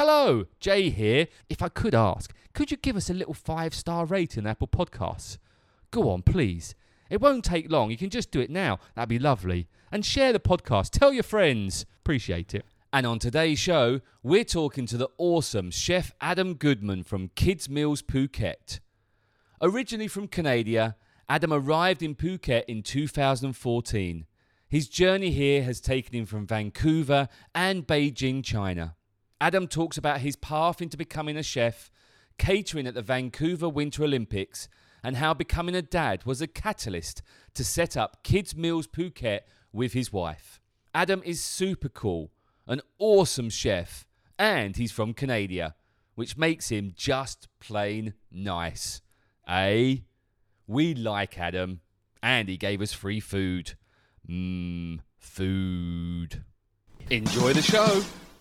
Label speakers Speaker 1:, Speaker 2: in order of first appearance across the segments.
Speaker 1: Hello, Jay here. If I could ask, could you give us a little five star rating on Apple Podcasts? Go on, please. It won't take long. You can just do it now. That'd be lovely. And share the podcast. Tell your friends. Appreciate it. And on today's show, we're talking to the awesome Chef Adam Goodman from Kids Meals Phuket. Originally from Canada, Adam arrived in Phuket in 2014. His journey here has taken him from Vancouver and Beijing, China. Adam talks about his path into becoming a chef, catering at the Vancouver Winter Olympics, and how becoming a dad was a catalyst to set up Kids Meals Phuket with his wife. Adam is super cool, an awesome chef, and he's from Canada, which makes him just plain nice. Eh? We like Adam, and he gave us free food. Mmm,
Speaker 2: Mm,
Speaker 1: food. Enjoy the show.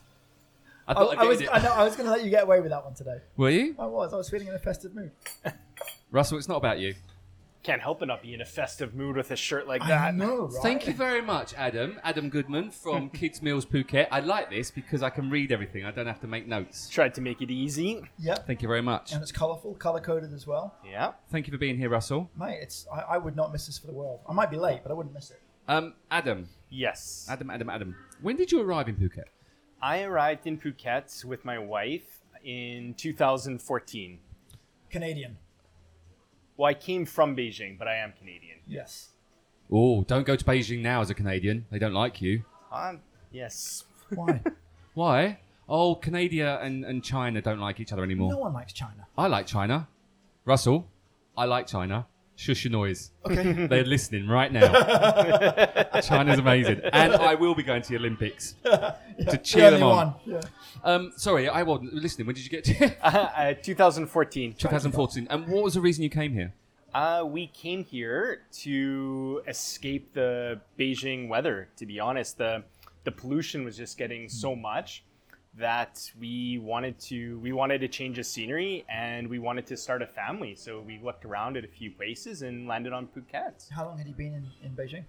Speaker 2: Oh, I
Speaker 3: I,
Speaker 2: thought
Speaker 3: Oh, I
Speaker 2: I'd
Speaker 3: was,
Speaker 2: get
Speaker 3: I,
Speaker 2: it.
Speaker 3: know, I was going to let you get away with that one today.
Speaker 2: Were you?
Speaker 3: I was. I was feeling in a festive mood.
Speaker 2: Russell, it's not about you.
Speaker 4: Can't help but not be in a festive mood with a shirt like that.
Speaker 3: know, right?
Speaker 2: Thank you very much, Adam. Adam Goodman from Kids Meals Phuket. I like this because I can read everything. I don't have to make notes.
Speaker 4: Tried to make it easy.
Speaker 3: Yep.
Speaker 2: Thank you very much.
Speaker 3: And it's colourful, colour coded as well.
Speaker 4: Yeah.
Speaker 2: Thank you for being here, Russell.
Speaker 3: Mate, it's I, I would not miss this for the world. I might be late, but I wouldn't miss it.
Speaker 2: Um, Adam,
Speaker 4: Yes.
Speaker 2: Adam, Adam, Adam. When did you arrive in Phuket?
Speaker 4: I arrived in Phuket with my wife in 2014.
Speaker 3: Canadian.
Speaker 4: Well, I came from Beijing, but I am Canadian.
Speaker 3: Yes.
Speaker 2: Oh, don't go to Beijing now as a Canadian. They don't like you.
Speaker 4: Um, yes.
Speaker 3: Why?
Speaker 2: Why? Oh, Canada and, and China don't like each other anymore.
Speaker 3: no one likes China.
Speaker 2: I like China. Russell, I like China. Shush your noise.
Speaker 3: Okay.
Speaker 2: They're listening right now. China's amazing. And I will be going to the Olympics to cheer
Speaker 3: Yeah,
Speaker 2: them
Speaker 3: they
Speaker 2: on.
Speaker 3: won. Yeah.
Speaker 2: Um, sorry, I wasn't listening. When did you get to
Speaker 4: uh, 2014.
Speaker 2: 2014? And what was the reason you came here?
Speaker 4: Uh, we came here to escape the Beijing weather. To be honest, the the pollution was just getting so much that we wanted to we wanted a change of scenery and we wanted to start a family. So we looked around at a few places and landed on Phuket.
Speaker 3: How long had you been in, in Beijing?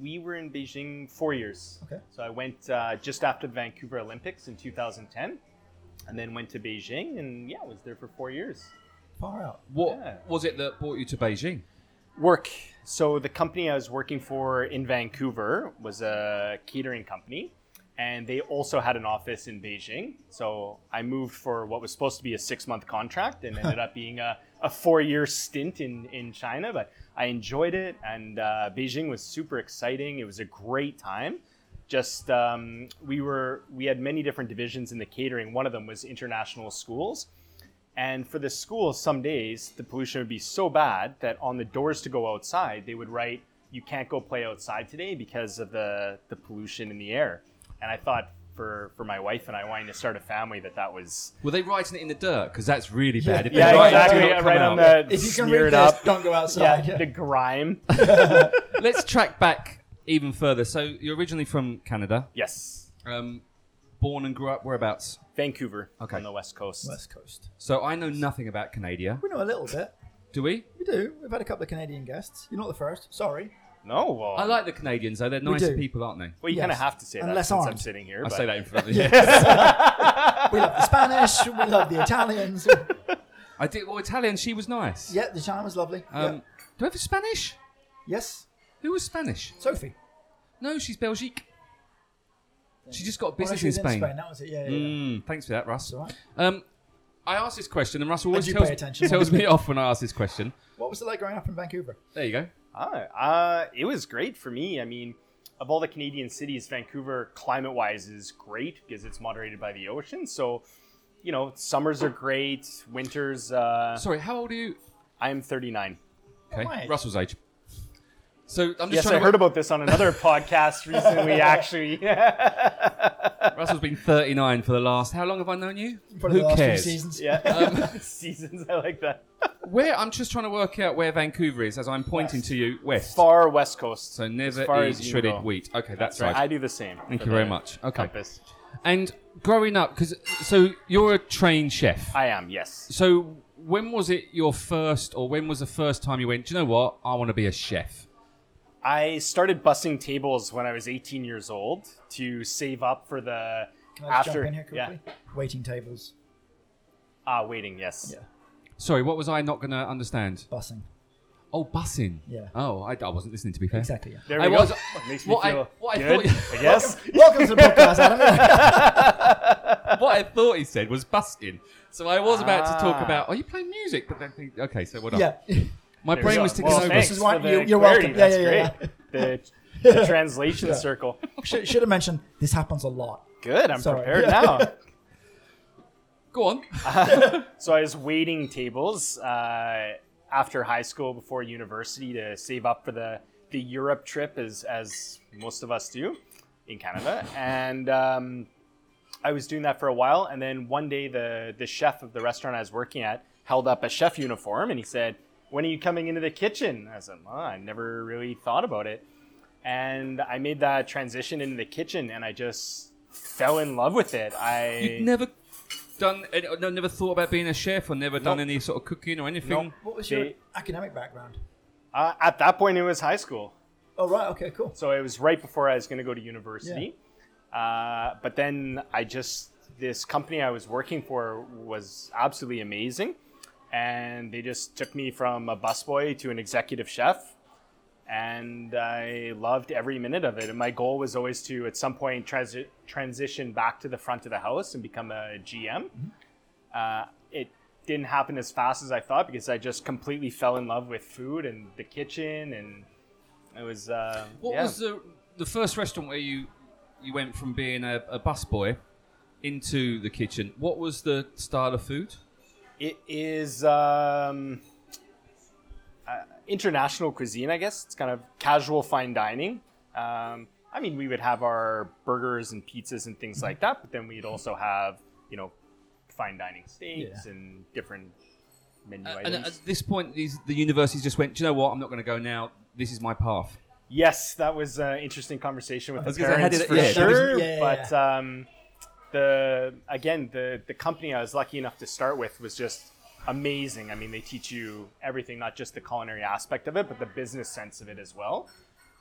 Speaker 4: We were in Beijing four years.
Speaker 3: Okay.
Speaker 4: So I went uh, just after the Vancouver Olympics in 2010, and then went to Beijing and yeah, was there for four years.
Speaker 3: Far out.
Speaker 2: What
Speaker 4: Yeah.
Speaker 2: was it that brought you to Beijing?
Speaker 4: work. So the company I was working for in Vancouver was a catering company, and they also had an office in Beijing. So I moved for what was supposed to be a six-month contract, and ended up being a, a four-year stint in in China. But I enjoyed it, and uh, Beijing was super exciting. It was a great time. Just um, we were we had many different divisions in the catering. One of them was international schools. And for the schools, some days the pollution would be so bad that on the doors to go outside, they would write, "You can't go play outside today because of the the pollution in the air." And I thought for for my wife and I wanting to start a family that that was
Speaker 2: Were they writing it in the dirt? Because that's really bad. If
Speaker 3: Yeah,
Speaker 2: they write it,
Speaker 3: exactly,
Speaker 2: do not come
Speaker 4: Right on
Speaker 2: out.
Speaker 4: the
Speaker 3: If you can
Speaker 4: smear
Speaker 3: read
Speaker 4: it
Speaker 3: this,
Speaker 4: up.
Speaker 3: don't go
Speaker 4: Yeah,
Speaker 3: outside.
Speaker 4: the grime.
Speaker 2: Let's track back even further. So you're originally from Canada,
Speaker 4: yes,
Speaker 2: um, born and grew up whereabouts.
Speaker 4: Vancouver
Speaker 2: Okay.
Speaker 4: on the west coast.
Speaker 3: West Coast.
Speaker 2: So I know nothing about Canada.
Speaker 3: We know a little bit.
Speaker 2: Do we?
Speaker 3: We do. We've had a couple of Canadian guests. You're not the first. Sorry.
Speaker 4: No, well,
Speaker 2: I like the Canadians though. They're nicer
Speaker 3: do.
Speaker 2: people, aren't they?
Speaker 4: Well, you
Speaker 3: Yes.
Speaker 4: kind of have to say
Speaker 3: Unless
Speaker 4: that since I'm
Speaker 3: armed.
Speaker 4: sitting here.
Speaker 2: I
Speaker 4: but
Speaker 2: say that in front of you.
Speaker 3: We love the Spanish. we love the Italians.
Speaker 2: I did. Well, Italian. She was nice.
Speaker 3: yeah, the China was lovely.
Speaker 2: Um,
Speaker 3: yeah.
Speaker 2: Do I have a Spanish?
Speaker 3: Yes.
Speaker 2: Who was Spanish?
Speaker 3: Sophie.
Speaker 2: No, she's Belgique. She just got a
Speaker 3: Well,
Speaker 2: business
Speaker 3: she
Speaker 2: in
Speaker 3: was
Speaker 2: Spain.
Speaker 3: That was it. Yeah, yeah, yeah.
Speaker 2: Mm, thanks for that, Russ.
Speaker 3: It's all right.
Speaker 2: Um, I asked this question, and Russ always
Speaker 3: you
Speaker 2: tells,
Speaker 3: pay attention.
Speaker 2: tells me off when I ask this question.
Speaker 3: What was it like growing up in Vancouver?
Speaker 2: There you go.
Speaker 4: Ah, uh, it was great for me. I mean, of all the Canadian cities, Vancouver climate wise is great because it's moderated by the ocean. So, you know, summers are great, winters. Uh,
Speaker 2: Sorry, how old are you?
Speaker 4: I'm 39.
Speaker 2: Okay,
Speaker 3: right.
Speaker 2: Russell's age. So I'm just
Speaker 4: Yes,
Speaker 2: trying
Speaker 4: I
Speaker 2: to
Speaker 4: heard
Speaker 2: work-
Speaker 4: about this on another podcast recently, actually.
Speaker 2: Russell's been 39 for the last. How long have I known you?
Speaker 3: Probably
Speaker 2: Who
Speaker 3: the last few
Speaker 2: cares?
Speaker 3: seasons.
Speaker 4: yeah. Seasons, I like that.
Speaker 2: Where I'm just trying to work out where Vancouver is as I'm pointing to you west.
Speaker 4: Far west coast.
Speaker 2: So never
Speaker 4: As far
Speaker 2: eat
Speaker 4: as you
Speaker 2: shredded
Speaker 4: go.
Speaker 2: wheat. Okay, that's, right.
Speaker 4: I do the same.
Speaker 2: Thank
Speaker 4: for
Speaker 2: you very
Speaker 4: the
Speaker 2: much. Okay.
Speaker 4: Compass.
Speaker 2: And growing up, because so you're a trained chef.
Speaker 4: I am. Yes.
Speaker 2: so when was it your first, or when was the first time you went? Do you know what? I want to be a chef.
Speaker 4: I started bussing tables when I was 18 years old to save up for the
Speaker 3: Can I just
Speaker 4: after
Speaker 3: jump in here
Speaker 4: yeah.
Speaker 3: quickly? Waiting tables,
Speaker 4: Ah, waiting. Yes.
Speaker 3: Yeah.
Speaker 2: Sorry, what was I not going to understand?
Speaker 3: busing.
Speaker 2: Oh, bussing.
Speaker 3: Yeah.
Speaker 2: Oh, I, I wasn't listening to be fair.
Speaker 3: Exactly. Yeah.
Speaker 4: There
Speaker 2: I
Speaker 4: we
Speaker 2: was-
Speaker 4: go. Makes me
Speaker 2: what I-
Speaker 4: feel
Speaker 2: what I
Speaker 4: good.
Speaker 2: thought-
Speaker 4: I guess.
Speaker 3: Welcome to the podcast, Adam.
Speaker 2: what I thought he said was busking. So I was about to talk
Speaker 4: Ah.
Speaker 2: about. Are you playing music? But then think, okay, so what?
Speaker 3: yeah.
Speaker 2: My
Speaker 4: There we
Speaker 2: brain
Speaker 4: go.
Speaker 2: was taken
Speaker 4: Well,
Speaker 2: over.
Speaker 4: thanks
Speaker 3: This is why-
Speaker 4: for the
Speaker 3: you- you're
Speaker 4: clarity.
Speaker 3: welcome. Yeah,
Speaker 4: That's
Speaker 3: yeah,
Speaker 4: great. The, the translation circle.
Speaker 3: should, should have mentioned this happens a lot.
Speaker 4: Good. I'm
Speaker 3: Sorry.
Speaker 4: prepared
Speaker 3: Yeah.
Speaker 4: now.
Speaker 2: Go on.
Speaker 4: So I was waiting tables uh, after high school, before university, to save up for the the Europe trip, as as most of us do in Canada. And um, I was doing that for a while, and then one day the the chef of the restaurant I was working at held up a chef uniform, and he said, "When are you coming into the kitchen?" I said, well, "I never really thought about it." And I made that transition into the kitchen, and I just fell in love with it. I
Speaker 2: You'd never done, any- no, never thought about being a chef, or never done
Speaker 4: Nope.
Speaker 2: any sort of cooking or anything.
Speaker 4: Nope.
Speaker 3: What was your
Speaker 4: They-
Speaker 3: academic background?
Speaker 4: uh, at that point it was high school.
Speaker 3: Oh right, okay, cool.
Speaker 4: So it was right before I was going to go to university. Uh, but then I just, this company I was working for was absolutely amazing. And they just took me from a busboy to an executive chef. And I loved every minute of it. And my goal was always to, at some point, transi- transition back to the front of the house and become a GM.
Speaker 2: Mm-hmm.
Speaker 4: Uh, it didn't happen as fast as I thought because I just completely fell in love with food and the kitchen. And it was. Uh,
Speaker 2: What
Speaker 4: yeah.
Speaker 2: was the the first restaurant where you you went from being a, a busboy into the kitchen? What was the style of food?
Speaker 4: It is um, uh, international cuisine, I guess. It's kind of casual fine dining. Um, I mean, we would have our burgers and pizzas and things like that, but then we'd also have, you know, fine dining steaks and different menu
Speaker 2: Uh, and
Speaker 4: items.
Speaker 2: at this point, these, the universities just went. Do you know what? I'm not going to go now. This is my path.
Speaker 4: yes, that was an interesting conversation with
Speaker 2: was
Speaker 4: the
Speaker 2: gonna say, how
Speaker 4: parents
Speaker 2: did it-
Speaker 4: for
Speaker 2: yeah, that was-
Speaker 4: sure.
Speaker 3: yeah, yeah,
Speaker 4: but um, the again, the the company I was lucky enough to start with was just amazing. I mean, they teach you everything, not just the culinary aspect of it, but the business sense of it as well.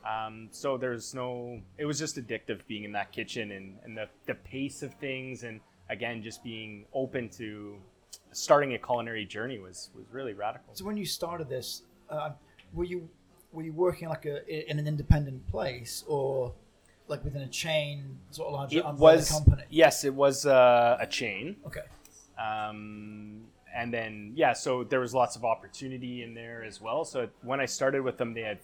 Speaker 4: Um, so there's no, it was just addictive being in that kitchen and, and the, the pace of things. And again, just being open to starting a culinary journey was, was really radical.
Speaker 3: So when you started this, uh, were you were you working like a in an independent place or like within a chain sort of larger
Speaker 4: It
Speaker 3: umbrella
Speaker 4: was,
Speaker 3: company?
Speaker 4: yes, it was uh, a chain.
Speaker 3: Okay.
Speaker 4: um, and then yeah so there was lots of opportunity in there as well so when i started with them they had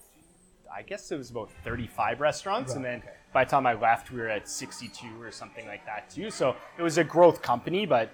Speaker 4: i guess it was about 35 restaurants and
Speaker 3: Right,
Speaker 4: then
Speaker 3: okay.
Speaker 4: by the time i left we were at 62 or something like that too so it was a growth company but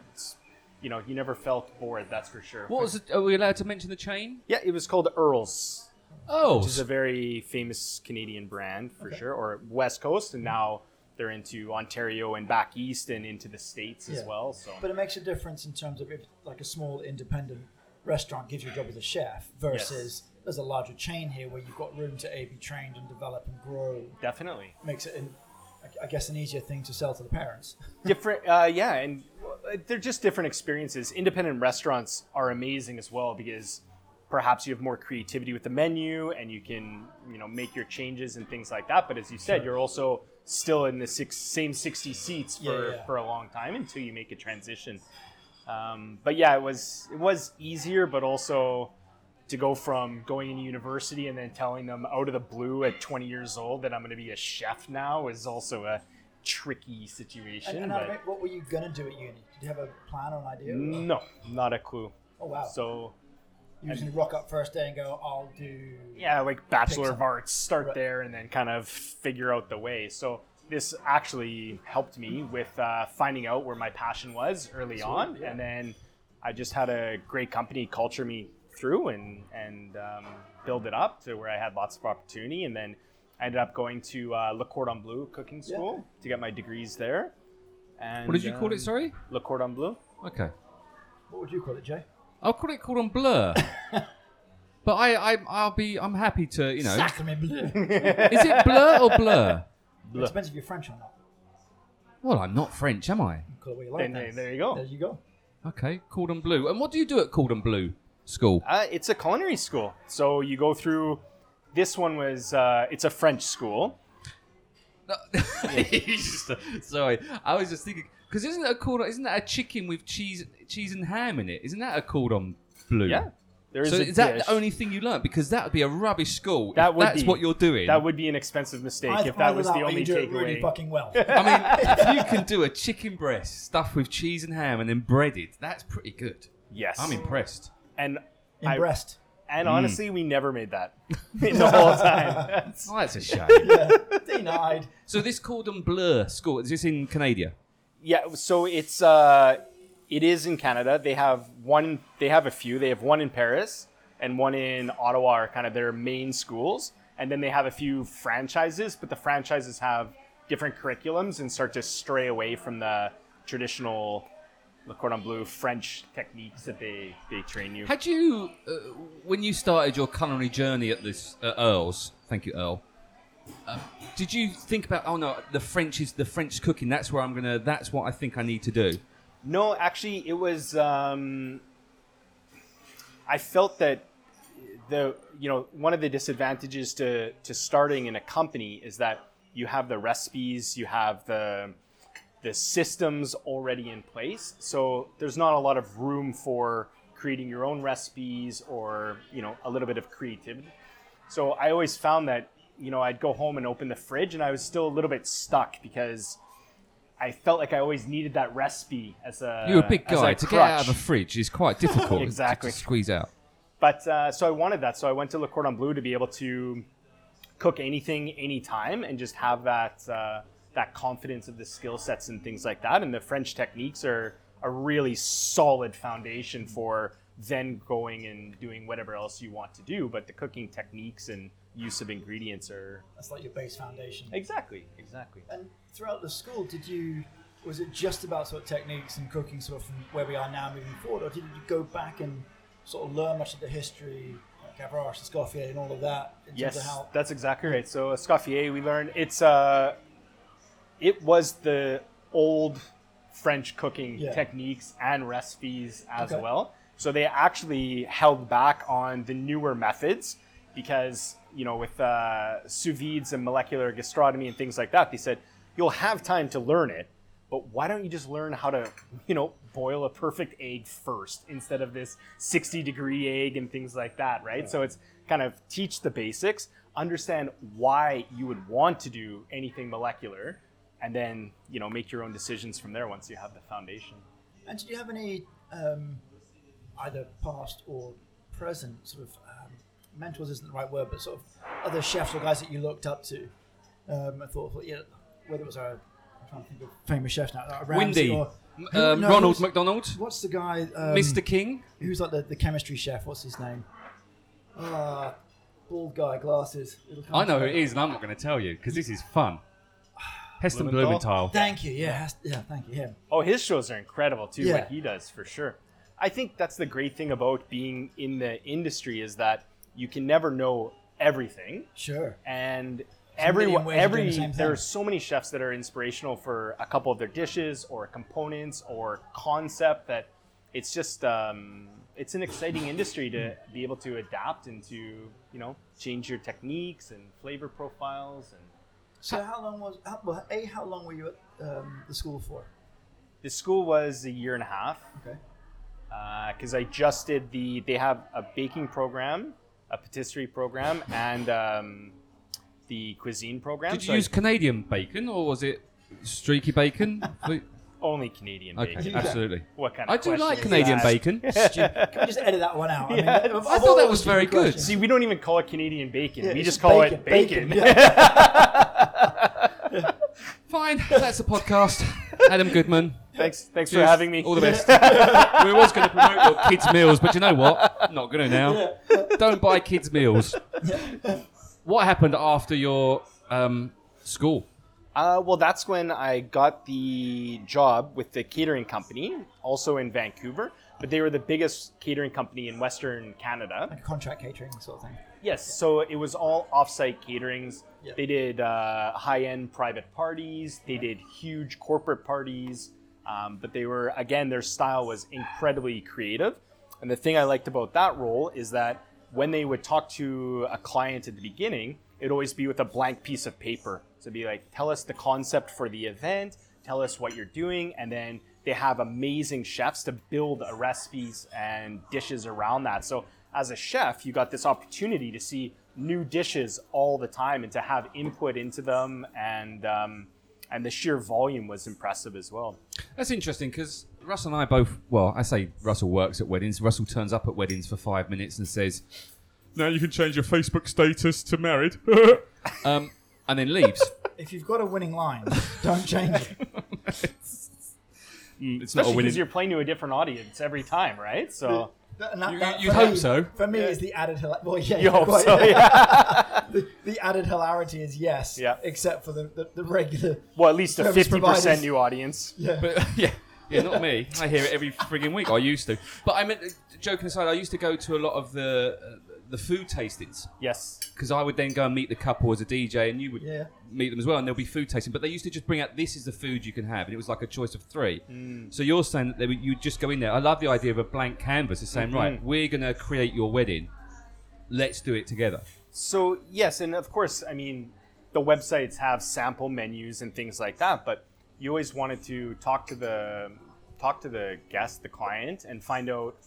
Speaker 4: you know you never felt bored that's for sure
Speaker 2: What was? It, are we allowed to mention the chain?
Speaker 4: yeah it was called earls
Speaker 2: Oh,
Speaker 4: which is a very famous Canadian brand for sure, or West Coast,
Speaker 3: Mm-hmm.
Speaker 4: and now they're into Ontario and back east and into the states as
Speaker 3: Yeah.
Speaker 4: well. So
Speaker 3: But it makes a difference in terms of if like a small independent restaurant gives you a job as a chef versus there's a larger chain here where you've got room to A be trained and develop and grow.
Speaker 4: definitely,
Speaker 3: Makes it an, I- I guess an easier thing to sell to the parents.
Speaker 4: different uh, yeah and uh, they're just different experiences independent restaurants are amazing as well because perhaps you have more creativity with the menu and you can you know make your changes and things like that but as you said you're also still in the six, same 60 seats for,
Speaker 3: Yeah, yeah.
Speaker 4: for a long time until you make a transition um, but yeah it was it was easier but also to go from going into university and then telling them out of the blue at 20 years old that I'm going to be a chef now is also a tricky situation.
Speaker 3: And, and
Speaker 4: but-
Speaker 3: I meant, what were you gonna do at uni? Did you have a plan or an idea?
Speaker 4: no, not a clue.
Speaker 3: Oh wow! So
Speaker 4: So
Speaker 3: you were just gonna rock up first day and go, "I'll do."
Speaker 4: yeah, like Bachelor of
Speaker 3: Pixar.
Speaker 4: Arts, start
Speaker 3: Right.
Speaker 4: there and then kind of figure out the way. So this actually helped me with uh, finding out where my passion was early on, and then I just had a great company culture me through and and um, build it up to where I had lots of opportunity, and then I ended up going to uh, Le Cordon Bleu Cooking School to get my degrees there. And
Speaker 2: what did you call
Speaker 4: um,
Speaker 2: it? Sorry.
Speaker 4: Le Cordon Bleu.
Speaker 2: Okay.
Speaker 3: What would you call it, Jay?
Speaker 2: I'll call it called on Blur. but I, I, I'll be, I'm happy to, you know.
Speaker 3: Sacrament bleu.
Speaker 2: Is it Blur or Blur?
Speaker 3: it depends if you're French or not.
Speaker 2: Well, I'm not French, am I?
Speaker 3: You can call it what you like.
Speaker 4: Then- there you go.
Speaker 3: There you go.
Speaker 2: Okay, Cordon Bleu. And what do you do at Cordon Bleu school?
Speaker 4: Uh, it's a culinary school. So you go through. This one was. Uh, it's a French school.
Speaker 2: He's just- uh, sorry, I was just thinking because isn't it a cordon? Isn't that a chicken with cheese, cheese and ham in it? Isn't that a Cordon Bleu?
Speaker 4: Yeah. There
Speaker 2: So
Speaker 4: a
Speaker 2: is that
Speaker 4: dish.
Speaker 2: the only thing you learnt? Because that would be a rubbish school. if
Speaker 4: That would
Speaker 2: that's
Speaker 4: be-
Speaker 2: what you're doing.
Speaker 4: That would be an expensive mistake
Speaker 3: Either-
Speaker 4: if that
Speaker 3: either
Speaker 4: was
Speaker 3: or
Speaker 4: the
Speaker 3: you
Speaker 4: only
Speaker 3: do it really
Speaker 4: takeaway.
Speaker 3: fucking well.
Speaker 2: I mean, if you can do a chicken breast stuffed with cheese and ham and then breaded, that's pretty good.
Speaker 4: yes.
Speaker 2: I'm impressed.
Speaker 4: and
Speaker 3: In
Speaker 4: I-
Speaker 3: breast.
Speaker 4: and honestly,
Speaker 2: Mm.
Speaker 4: we never made that in the whole time.
Speaker 2: Oh, that's a shame.
Speaker 3: Denied.
Speaker 2: so this Cordon Bleu school is this in Canada?
Speaker 4: yeah. So it's. Uh, it is in Canada. They have one. They have a few. They have one in Paris and one in Ottawa. Are kind of their main schools, and then they have a few franchises. But the franchises have different curriculums and start to stray away from the traditional Le Cordon Bleu French techniques that they they train you.
Speaker 2: Had you, uh, when you started your culinary journey at this uh, Earl's, thank you, Earl. Uh, did you think about? Oh no, the French is the French cooking. That's where I'm gonna. That's what I think I need to do.
Speaker 4: No, actually, it was. Um, I felt that the you know one of the disadvantages to to starting in a company is that you have the recipes, you have the the systems already in place, so there's not a lot of room for creating your own recipes or you know a little bit of creativity. So I always found that you know I'd go home and open the fridge, and I was still a little bit stuck because. I felt like I always needed that recipe as a
Speaker 1: You're a big
Speaker 4: as
Speaker 1: guy. to get out of a
Speaker 4: crutch.
Speaker 1: fridge is quite difficult. to-
Speaker 4: Exactly.
Speaker 1: To squeeze out.
Speaker 4: But uh, so I wanted that. So I went to Le Cordon Bleu to be able to cook anything, anytime, and just have that uh, that confidence of the skill sets and things like that. And the French techniques are a really solid foundation for then going and doing whatever else you want to do. But the cooking techniques and use of ingredients are
Speaker 3: That's like your base foundation.
Speaker 4: exactly, exactly.
Speaker 3: And throughout the school, did you was it just about sort of techniques and cooking sort of from where we are now moving forward, or did you go back and sort of learn much of the history, like Gavroche, Escoffier, and all of that? In
Speaker 4: Yes,
Speaker 3: Terms of how,
Speaker 4: that's exactly right. So Escoffier, we learned it's uh, it was the old French cooking
Speaker 3: Yeah.
Speaker 4: techniques and recipes as
Speaker 3: Okay.
Speaker 4: well. So they actually held back on the newer methods because you know with uh, sous vides and molecular gastronomy and things like that, they said you'll have time to learn it, but why don't you just learn how to you know boil a perfect egg first instead of this 60 degree egg and things like that right so it's kind of teach the basics understand why you would want to do anything molecular and then you know make your own decisions from there once you have the foundation
Speaker 3: and did you have any um, either past or present sort of um, mentors? Isn't the right word, but sort of other chefs or guys that you looked up to? Um, I thought, yeah, whether it was a I'm trying to think of famous chefs now, like Ramsay
Speaker 2: Windy,
Speaker 3: or
Speaker 2: M-
Speaker 3: who-
Speaker 2: um,
Speaker 3: no,
Speaker 2: Ronald
Speaker 3: who's-
Speaker 2: McDonald,
Speaker 3: What's the guy? Um,
Speaker 2: Mr. King.
Speaker 3: who's like the, the chemistry chef? What's his name? Ah, bald guy, glasses. It'll come
Speaker 2: I know
Speaker 3: to
Speaker 2: who
Speaker 3: me.
Speaker 2: it is, and I'm not going to tell you because this is fun. Heston
Speaker 4: Blumenthal?
Speaker 2: Blumenthal.
Speaker 3: Thank you. Yeah, has- yeah. Thank you. Him.
Speaker 4: Oh, his shows are incredible too,
Speaker 3: Yeah.
Speaker 4: like he does for sure. I think that's the great thing about being in the industry is that you can never know everything,
Speaker 3: Sure.
Speaker 4: and
Speaker 3: million
Speaker 4: everyone,
Speaker 3: ways of doing
Speaker 4: every
Speaker 3: the same thing.
Speaker 4: there are so many chefs that are inspirational for a couple of their dishes or components or concept that it's just um, it's an exciting industry to be able to adapt and to you know change your techniques and flavor profiles and
Speaker 3: So how long was? How, well, a how long were you at um, the school for?
Speaker 4: the school was a year and a half
Speaker 3: Okay.
Speaker 4: because Uh, I just did the. They have a baking program, a patisserie program, and um, the cuisine program.
Speaker 2: Did
Speaker 4: So
Speaker 2: you
Speaker 4: I-
Speaker 2: use Canadian bacon or was it streaky bacon?
Speaker 4: only Canadian
Speaker 2: okay,
Speaker 4: bacon?
Speaker 2: absolutely.
Speaker 4: What kind of?
Speaker 2: I do
Speaker 4: question
Speaker 2: like
Speaker 4: is
Speaker 2: Canadian
Speaker 4: that?
Speaker 2: bacon.
Speaker 3: Can we just edit that one out? I, mean,
Speaker 4: Yeah,
Speaker 3: of- of
Speaker 2: I
Speaker 3: all
Speaker 2: thought that
Speaker 3: those
Speaker 2: was
Speaker 3: stupid
Speaker 2: very good.
Speaker 3: questions-
Speaker 4: See, we don't even call it Canadian bacon.
Speaker 3: Yeah,
Speaker 4: we
Speaker 3: it's
Speaker 4: just call it bacon.
Speaker 3: yeah.
Speaker 2: Fine, that's a podcast. Adam Goodman.
Speaker 4: thanks, thanks for
Speaker 2: Cheers.
Speaker 4: having me.
Speaker 2: All the best. we were always going to promote your kids' meals, but you know what? Not going to now. Don't buy kids' meals. What happened after your um, school?
Speaker 4: Uh, well, that's when I got the job with the catering company, also in Vancouver. but they were the biggest catering company in Western Canada.
Speaker 3: like a contract catering sort of thing.
Speaker 4: Yes, so it was all offsite caterings.
Speaker 3: Yeah.
Speaker 4: They did uh, high-end private parties. They did huge corporate parties. Um, but they were again, their style was incredibly creative. And the thing I liked about that role is that when they would talk to a client at the beginning, it'd always be with a blank piece of paper. So it'd be like, tell us the concept for the event, tell us what you're doing, and then they have amazing chefs to build uh, recipes and dishes around that. So as a chef, you got this opportunity to see new dishes all the time and to have input into them, and um, and the sheer volume was impressive as well.
Speaker 2: That's interesting because Russell and I both. Well, I say Russell works at weddings. Russell turns up at weddings for five minutes and says,
Speaker 5: Now you can change your Facebook status to married.
Speaker 2: um, and then leaves.
Speaker 3: If you've got a winning line, don't change it.
Speaker 5: Mm, it's not a
Speaker 4: Especially
Speaker 5: winning.
Speaker 4: because you're playing to a different audience every time, right? So
Speaker 3: And that-
Speaker 2: You-
Speaker 3: that
Speaker 2: you'd
Speaker 3: for
Speaker 2: hope
Speaker 3: me-
Speaker 2: so.
Speaker 3: For me, is the added hilarity. Well, yeah,
Speaker 4: you hope
Speaker 3: quite-
Speaker 4: so, yeah.
Speaker 3: The, the added hilarity is yes,
Speaker 4: Yeah.
Speaker 3: except for the, the, the regular.
Speaker 4: Well, at least a
Speaker 3: Service
Speaker 4: fifty
Speaker 3: providers.
Speaker 4: percent new audience.
Speaker 3: Yeah.
Speaker 2: But yeah, yeah, not me. I hear it every frigging week. I used to. But I meant, joking aside, I used to go to a lot of the uh, the food tastings
Speaker 4: Yes.
Speaker 2: because I would then go and meet the couple as a DJ, and you would
Speaker 3: Yeah.
Speaker 2: meet them as well, and there'll be food tasting. But they used to just bring out this is the food you can have, and it was like a choice of three. So you're saying that they would, you'd just go in there. I love the idea of a blank canvas. It's saying, right, we're gonna create your wedding. Let's do it together.
Speaker 4: So yes, and of course, I mean, the websites have sample menus and things like that, but you always wanted to talk to the talk to the guest, the client, and find out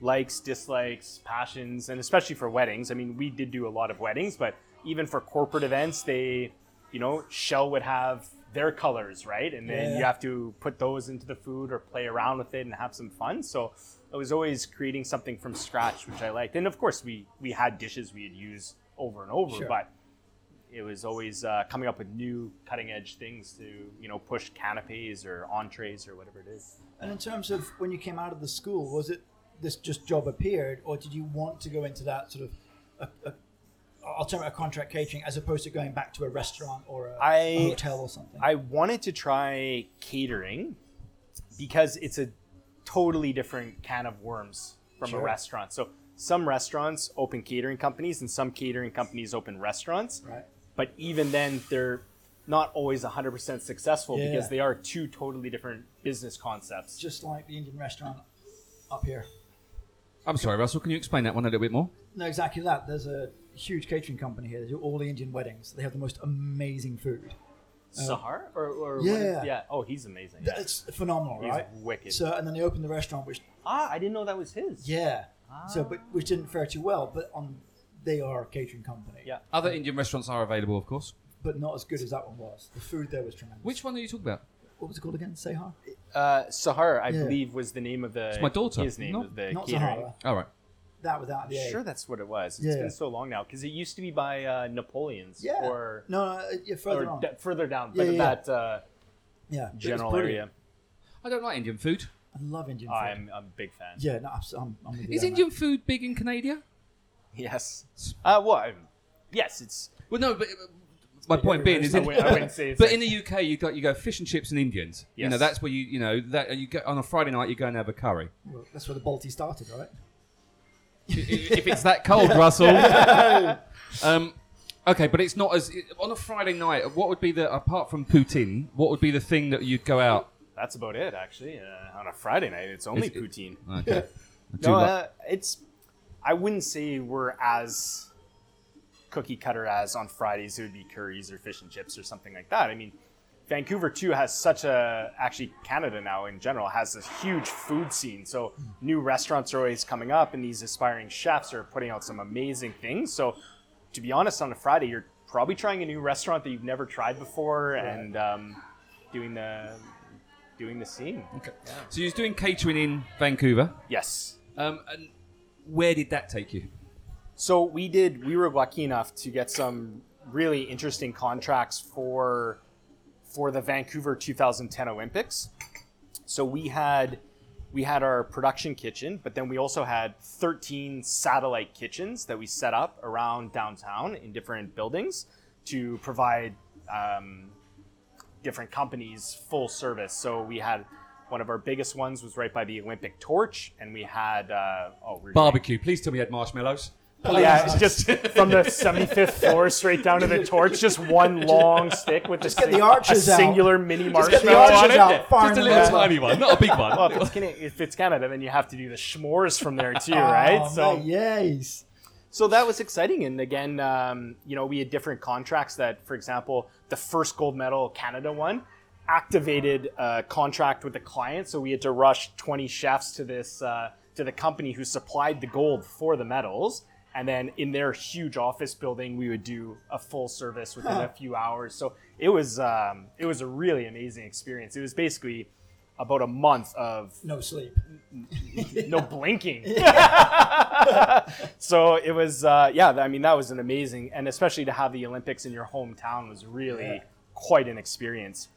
Speaker 4: likes, dislikes, passions, and especially for weddings. I mean, we did do a lot of weddings, but even for corporate events, they, you know, Shell would have their colors, right? And then
Speaker 3: Yeah.
Speaker 4: you have to put those into the food or play around with it and have some fun. So I was always creating something from scratch, which I liked. And of course, we we had dishes we had used over and over,
Speaker 3: Sure.
Speaker 4: but it was always uh, coming up with new cutting edge things to you know push canapes or entrees or whatever it is.
Speaker 3: And in terms of when you came out of the school, was it this just job appeared, or did you want to go into that sort of, a, a, I'll term it a contract catering, as opposed to going back to a restaurant or a,
Speaker 4: I-
Speaker 3: a hotel or something?
Speaker 4: I wanted to try catering because it's a totally different can of worms from
Speaker 3: Sure.
Speaker 4: a restaurant. So some restaurants open catering companies and some catering companies open restaurants.
Speaker 3: right.
Speaker 4: but even then they're not always 100% successful
Speaker 3: Yeah.
Speaker 4: because they are two totally different business concepts
Speaker 3: Just like the Indian restaurant up here.
Speaker 2: I'm sorry, Russell. Can you explain that one a little bit more?
Speaker 3: No, exactly that. There's a huge catering company here. They do all the Indian weddings. They have the most amazing food.
Speaker 4: sahar or, or what
Speaker 3: uh, Yeah.
Speaker 4: is- yeah oh he's amazing yeah.
Speaker 3: It's phenomenal,
Speaker 4: He's
Speaker 3: right?
Speaker 4: wicked.
Speaker 3: So, and then they opened the restaurant, which
Speaker 4: ah i didn't know that was his
Speaker 3: yeah, so but which didn't fare too well. But on they are a catering company,
Speaker 4: Yeah.
Speaker 2: Other Indian restaurants are available, of course.
Speaker 3: but not as good as that one was. The food there was tremendous.
Speaker 2: Which one are you talking about?
Speaker 3: what was it called again? Sehar?
Speaker 4: uh, sahar i
Speaker 3: Yeah.
Speaker 4: believe was the name of the
Speaker 2: my daughter.
Speaker 4: his name
Speaker 2: Not-
Speaker 4: of the
Speaker 3: Not
Speaker 4: catering
Speaker 3: Sahara.
Speaker 2: All right.
Speaker 3: That without the A.
Speaker 4: sure that's what it was It's
Speaker 3: Yeah.
Speaker 4: been so long now because it used to be by uh, napoleon's
Speaker 3: Yeah.
Speaker 4: or
Speaker 3: no, no, yeah, further
Speaker 4: or
Speaker 3: on.
Speaker 4: d- further down
Speaker 3: Yeah,
Speaker 4: but
Speaker 3: yeah, yeah.
Speaker 4: that uh,
Speaker 3: yeah, but it's
Speaker 4: general
Speaker 3: brilliant.
Speaker 4: area Oh,
Speaker 2: I don't like Indian food.
Speaker 3: I love Indian food.
Speaker 4: i'm a big fan
Speaker 3: yeah, no, abs- I'm, I'm with you
Speaker 2: Is
Speaker 3: there,
Speaker 2: Indian food big in Canada?
Speaker 4: yes uh, well I'm- yes it's
Speaker 2: Well, no, but uh, my point being is,
Speaker 4: I
Speaker 2: in-
Speaker 4: wouldn't- I wouldn't say it's
Speaker 2: but
Speaker 4: like-
Speaker 2: in the UK, you got you go fish and chips and Indians. You know
Speaker 4: Yes.
Speaker 2: that's where you you know that you go on a Friday night you go and have a curry.
Speaker 3: mate. Well, that's where the Balti started, right?
Speaker 2: if it's that cold, Russell. um, okay, but it's not as on a Friday night. What would be the apart from Putin? What would be the thing that you'd go out?
Speaker 4: That's about it, actually. Uh, on a Friday night, it's only
Speaker 2: Is it-
Speaker 4: poutine.
Speaker 2: Okay. Do
Speaker 4: no,
Speaker 2: you like-
Speaker 4: uh, it's. I wouldn't say we're as cookie cutter as on Fridays. It would be curries or fish and chips or something like that. I mean, Vancouver too has such a actually Canada now in general has this huge food scene. So new restaurants are always coming up, and these aspiring chefs are putting out some amazing things. So to be honest, on a Friday, you're probably trying a new restaurant that you've never tried before, and um, doing the doing the scene.
Speaker 2: so you was doing catering in Vancouver.
Speaker 4: Yes.
Speaker 2: Um, and where did that take you?
Speaker 4: So we did. We were lucky enough to get some really interesting contracts for for the Vancouver 2010 Olympics. So we had we had our production kitchen, but then we also had 13 satellite kitchens that we set up around downtown in different buildings to provide um, different companies full service. So we had One of our biggest ones was right by the Olympic torch, and we had uh, oh we were
Speaker 2: Barbecue. Please tell me you had marshmallows.
Speaker 4: Oh, Yeah, it's just from the 75th floor straight down to the torch, just one long stick with
Speaker 3: Just
Speaker 4: a,
Speaker 3: get
Speaker 4: sing-
Speaker 3: the arches
Speaker 4: a
Speaker 3: out.
Speaker 4: singular mini
Speaker 3: Just get the
Speaker 4: marshmallow on
Speaker 3: arches
Speaker 4: it.
Speaker 3: out, fire
Speaker 2: Just a
Speaker 3: in the
Speaker 2: little
Speaker 3: middle.
Speaker 2: tiny one, not a big
Speaker 4: Well,
Speaker 2: one.
Speaker 4: if it's, Canada, if it's Canada, then you have to do the s'mores from there too,
Speaker 3: Oh,
Speaker 4: right?
Speaker 3: man, yes.
Speaker 4: So that was exciting. And again, um, you know, we had different contracts that, for example, the first gold medal Canada won activated a contract with the client. So we had to rush 20 chefs to this, uh, to the company who supplied the gold for the medals. And then in their huge office building, we would do a full service within a few hours. So it was, um, it was a really amazing experience. It was basically about a month of
Speaker 3: No sleep.
Speaker 4: no blinking. so it was, uh, yeah, I mean, that was an amazing, and especially to have the Olympics in your hometown was really quite an experience.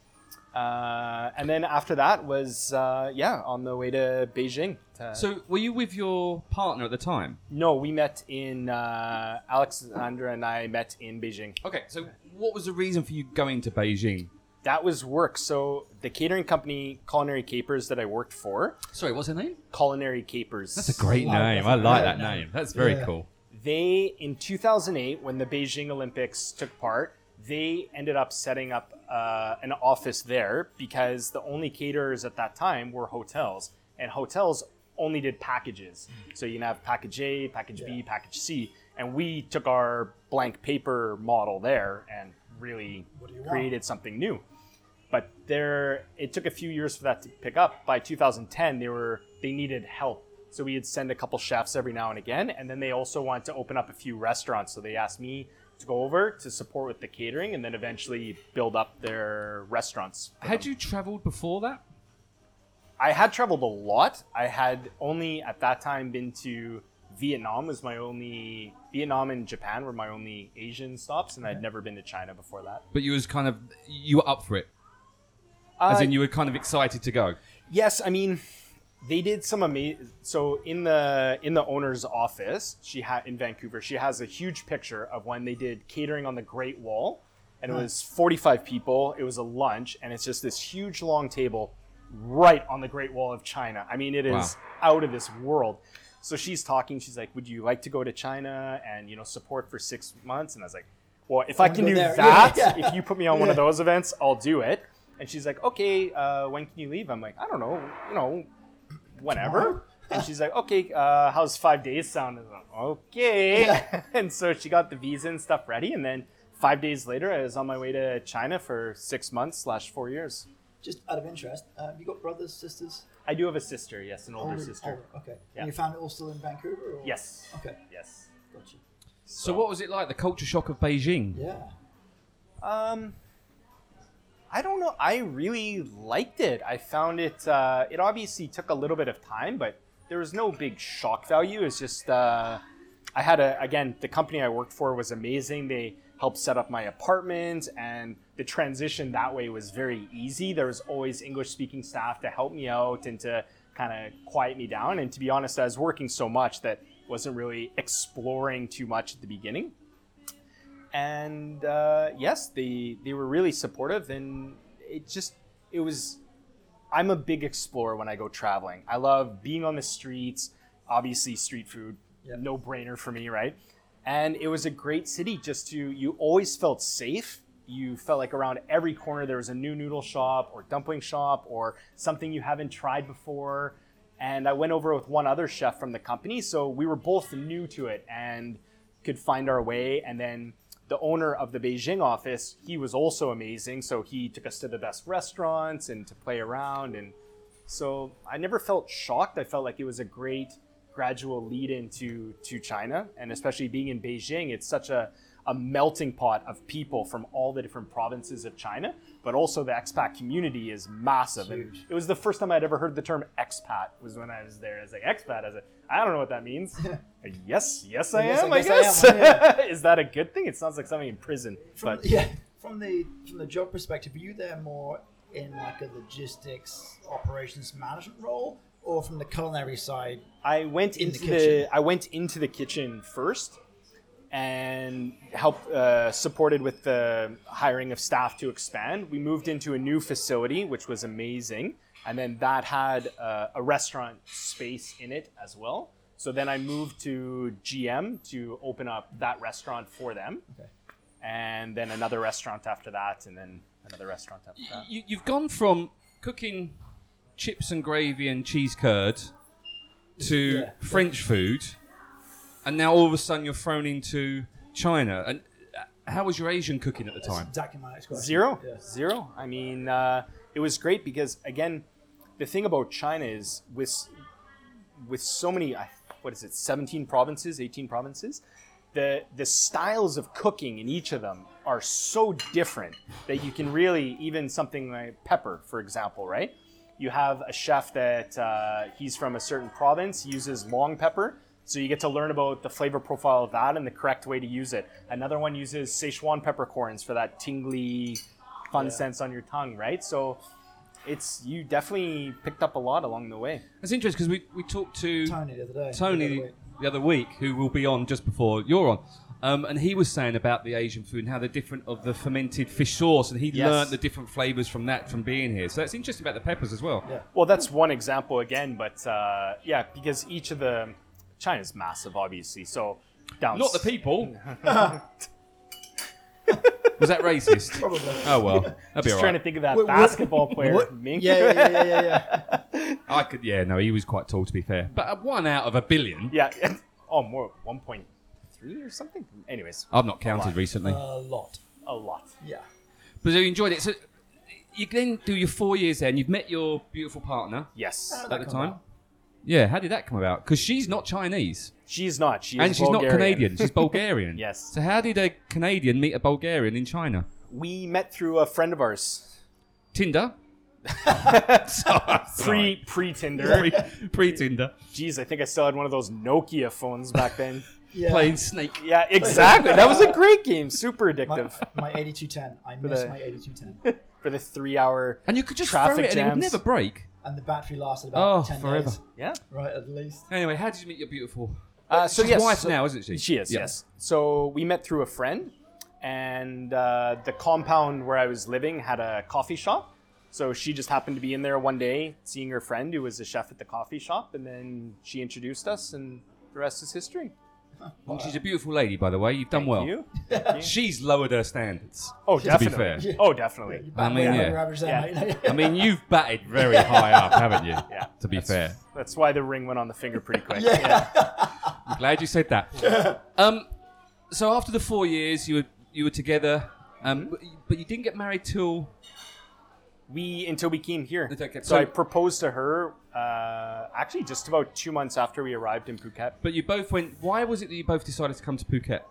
Speaker 4: Uh, and then after that was, uh, yeah, on the way to Beijing. to-
Speaker 2: So, were you with your partner at the time?
Speaker 4: no, we met in, uh, Alexandra and I met in Beijing.
Speaker 2: Okay, so what was the reason for you going to Beijing?
Speaker 4: That was work. So the catering company, Culinary Capers, that I worked for,
Speaker 2: Sorry, what's her name?
Speaker 4: Culinary Capers.
Speaker 2: That's a great
Speaker 3: Wow,
Speaker 2: name.
Speaker 3: that's
Speaker 2: I
Speaker 3: a
Speaker 2: like
Speaker 3: great
Speaker 2: that
Speaker 3: name.
Speaker 2: name. That's very
Speaker 3: Yeah.
Speaker 2: cool.
Speaker 4: they in 2008 when the beijing olympics took part they ended up setting up uh, an office there because the only caterers at that time were hotels and hotels only did packages so you can have package a package b package c and we took our blank paper model there and really
Speaker 3: What do you want?
Speaker 4: created something new but there it took a few years for that to pick up by 2010 they were they needed help so we'd send a couple chefs every now and again and then they also wanted to open up a few restaurants so they asked me to go over to support with the catering and then eventually build up their restaurants
Speaker 2: Had you travelled before that?
Speaker 4: i had traveled a lot i had only at that time been to vietnam was my only vietnam and japan were my only asian stops and i'd never been to china before that
Speaker 2: But you was kind of you were up for it, as
Speaker 4: Uh,
Speaker 2: in you were kind of excited to go.
Speaker 4: Yes, I mean, they did some amazing. So in the in the owner's office, she had in Vancouver, she has a huge picture of when they did catering on the Great Wall, and it was forty five people. It was a lunch, and it's just this huge long table right on the Great Wall of China. I mean, it is out of this world. So she's talking. She's like, "Would you like to go to China and you know support for six months?" And I was like, "Well, if I
Speaker 3: wanna
Speaker 4: can
Speaker 3: go
Speaker 4: do
Speaker 3: there."
Speaker 4: that,
Speaker 3: Yeah.
Speaker 4: if you put me on one of
Speaker 3: Yeah.
Speaker 4: those events, I'll do it." And she's like, "Okay, uh, when can you leave?" I'm like, "I don't know, you know, whenever." and she's like, "Okay, uh, how's five days sound?" And I'm like, "Okay." and so she got the visa and stuff ready, and then five days later, I was on my way to China for six months slash four years.
Speaker 3: Just out of interest, uh, have you got brothers, sisters?
Speaker 4: I do have a sister, yes, an older
Speaker 3: Older-
Speaker 4: sister.
Speaker 3: older, okay.
Speaker 4: Yeah.
Speaker 3: And you found it all still in Vancouver? Or?
Speaker 4: Yes.
Speaker 3: Okay.
Speaker 4: Yes.
Speaker 3: Gotcha.
Speaker 2: So, what was it like? The culture shock of Beijing.
Speaker 3: Yeah.
Speaker 4: Um, I don't know. I really liked it. I found it. Uh, it obviously took a little bit of time, but there was no big shock value. It's just uh, I had a again the company I worked for was amazing. They helped set up my apartment, and the transition that way was very easy. There was always English speaking staff to help me out and to kind of quiet me down. And to be honest, I was working so much that wasn't really exploring too much at the beginning and uh, yes, they they were really supportive, and it just it was. I'm a big explorer when I go traveling. I love being on the streets. Obviously, street food, no brainer for me, right? And it was a great city. Just to you always felt safe. You felt like around every corner there was a new noodle shop or dumpling shop or something you haven't tried before. And I went over with one other chef from the company, so we were both new to it and could find our way. And then the owner of the Beijing office, he was also amazing. So he took us to the best restaurants and to play around. And so I never felt shocked. I felt like it was a great gradual lead into to China. And especially being in Beijing, it's such a, a melting pot of people from all the different provinces of China, but also the expat community is massive. And it was the first time I'd ever heard the term expat was when I was there. I was like, expat, I was like, I don't know what that means. yes, yes I
Speaker 3: Yes, I
Speaker 4: am, I
Speaker 3: guess
Speaker 4: guess.
Speaker 3: I am,
Speaker 4: is that a good thing? It sounds like something in prison.
Speaker 3: From,
Speaker 4: but
Speaker 3: yeah. From the from the job perspective, were you there more in like a logistics operations management role, or from the culinary side?
Speaker 4: I went
Speaker 3: In the
Speaker 4: into the,
Speaker 3: kitchen.
Speaker 4: I went into the kitchen first and helped uh, supported with the hiring of staff to expand. We moved into a new facility, which was amazing. and then that had uh, a restaurant space in it as well. So then I moved to GM to open up that restaurant for them,
Speaker 3: Okay.
Speaker 4: and then another restaurant after that, and then another restaurant after that.
Speaker 2: You, you've gone from cooking chips and gravy and cheese curd to
Speaker 3: Yeah.
Speaker 2: French food, and now all of a sudden you're thrown into China. And uh, how was your Asian cooking at the
Speaker 3: That's
Speaker 2: time?
Speaker 3: exactly my next question.
Speaker 4: Zero,
Speaker 3: Yeah.
Speaker 4: zero. I mean, uh, it was great because again, the thing about China is with with so many I- what is it, seventeen provinces, eighteen provinces, the the styles of cooking in each of them are so different that you can really even something like pepper, for example, right? You have a chef that uh, he's from a certain province uses long pepper. So you get to learn about the flavor profile of that and the correct way to use it. Another one uses Sichuan peppercorns for that tingly fun sense on your tongue, right? So it's you definitely picked up a lot along the way.
Speaker 2: It's interesting because we, we talked to
Speaker 3: Tony the other day.
Speaker 2: Tony
Speaker 3: the
Speaker 2: the
Speaker 3: other
Speaker 2: other,
Speaker 3: week.
Speaker 2: week, who will be on just before you're on, um, and he was saying about the Asian food and how they're different of the fermented fish sauce, and he
Speaker 4: Yes.
Speaker 2: learnt the different flavours from that from being here. So that's interesting about the peppers as well.
Speaker 3: Yeah.
Speaker 4: Well, that's one example again, but uh, yeah, because each of the China's massive, obviously. So down
Speaker 2: Not the people. was that racist?
Speaker 3: Probably.
Speaker 2: Oh well, that'd be
Speaker 4: Just
Speaker 2: all
Speaker 4: trying
Speaker 2: right.
Speaker 4: to think of that
Speaker 3: What- what-
Speaker 4: Uh, basketball player,
Speaker 3: What-
Speaker 4: Mink.
Speaker 3: Yeah, yeah, yeah, yeah, yeah, yeah.
Speaker 2: I could, yeah, no, he was quite tall to be fair, but uh, one out of a billion.
Speaker 4: yeah. Oh, more one point three or something. Anyways,
Speaker 2: I've not counted
Speaker 4: lot.
Speaker 2: recently.
Speaker 3: A lot.
Speaker 4: a lot.
Speaker 3: Yeah.
Speaker 2: But you enjoyed it. So you then do your four years there, and you've met your beautiful partner
Speaker 4: Yes,
Speaker 2: at the
Speaker 3: come
Speaker 2: time.
Speaker 3: about?
Speaker 2: Yeah, how did that come about? Because she's not Chinese.
Speaker 4: she's not. She is
Speaker 2: and she's not
Speaker 4: Bulgarian.
Speaker 2: Canadian. She's Bulgarian.
Speaker 4: Yes.
Speaker 2: So how did a Canadian meet a Bulgarian in China?
Speaker 4: We met through a friend of ours,
Speaker 2: Tinder.
Speaker 4: pre pre Tinder.
Speaker 2: Pre pre Tinder.
Speaker 4: Jeez, I think I still had one of those Nokia phones back then.
Speaker 3: Yeah.
Speaker 2: Playing Snake.
Speaker 4: yeah, exactly. That was a great game. Super
Speaker 3: My,
Speaker 4: addictive
Speaker 3: my 8210. I miss
Speaker 4: the-
Speaker 3: my 8210.
Speaker 4: for the three hour.
Speaker 2: And you could just
Speaker 4: Traffic
Speaker 2: throw it and it would
Speaker 4: jams.
Speaker 2: never break.
Speaker 3: And the battery lasted
Speaker 2: Oh,
Speaker 3: about 10
Speaker 2: forever.
Speaker 3: days.
Speaker 4: Yeah.
Speaker 3: Right, at least.
Speaker 2: Anyway, how did you meet your beautiful?
Speaker 4: Uh, so
Speaker 2: she's
Speaker 4: yes,
Speaker 2: wife
Speaker 4: so-
Speaker 2: now, isn't she?
Speaker 4: She is.
Speaker 2: Yeah.
Speaker 4: Yes. So we met through a friend, and uh, the compound where I was living had a coffee shop. So she just happened to be in there one day, seeing her friend who was a chef at the coffee shop, and then she introduced us, and the rest is history.
Speaker 2: And she's a beautiful lady, by the way. You've done well.
Speaker 4: You?
Speaker 2: She's lowered her standards.
Speaker 4: Oh,
Speaker 2: be
Speaker 4: definitely.
Speaker 2: fair.
Speaker 4: Oh, definitely.
Speaker 2: I mean,
Speaker 3: Way
Speaker 2: yeah.
Speaker 3: over average there,
Speaker 4: Yeah.
Speaker 3: mate.
Speaker 2: I mean, you've batted very high up, haven't you?
Speaker 4: Yeah.
Speaker 2: To be
Speaker 4: That's-
Speaker 2: fair.
Speaker 4: That's why the ring went on the finger pretty quick.
Speaker 2: I'm glad you said that. um, so after the four years, you were you were together, um, but, you, but you didn't get married till
Speaker 4: we until we came here.
Speaker 2: Okay, okay.
Speaker 4: So, I
Speaker 2: So-
Speaker 4: proposed to her uh, actually just about two months after we arrived in Phuket.
Speaker 2: But you both went. Why was it that you both decided to come to Phuket?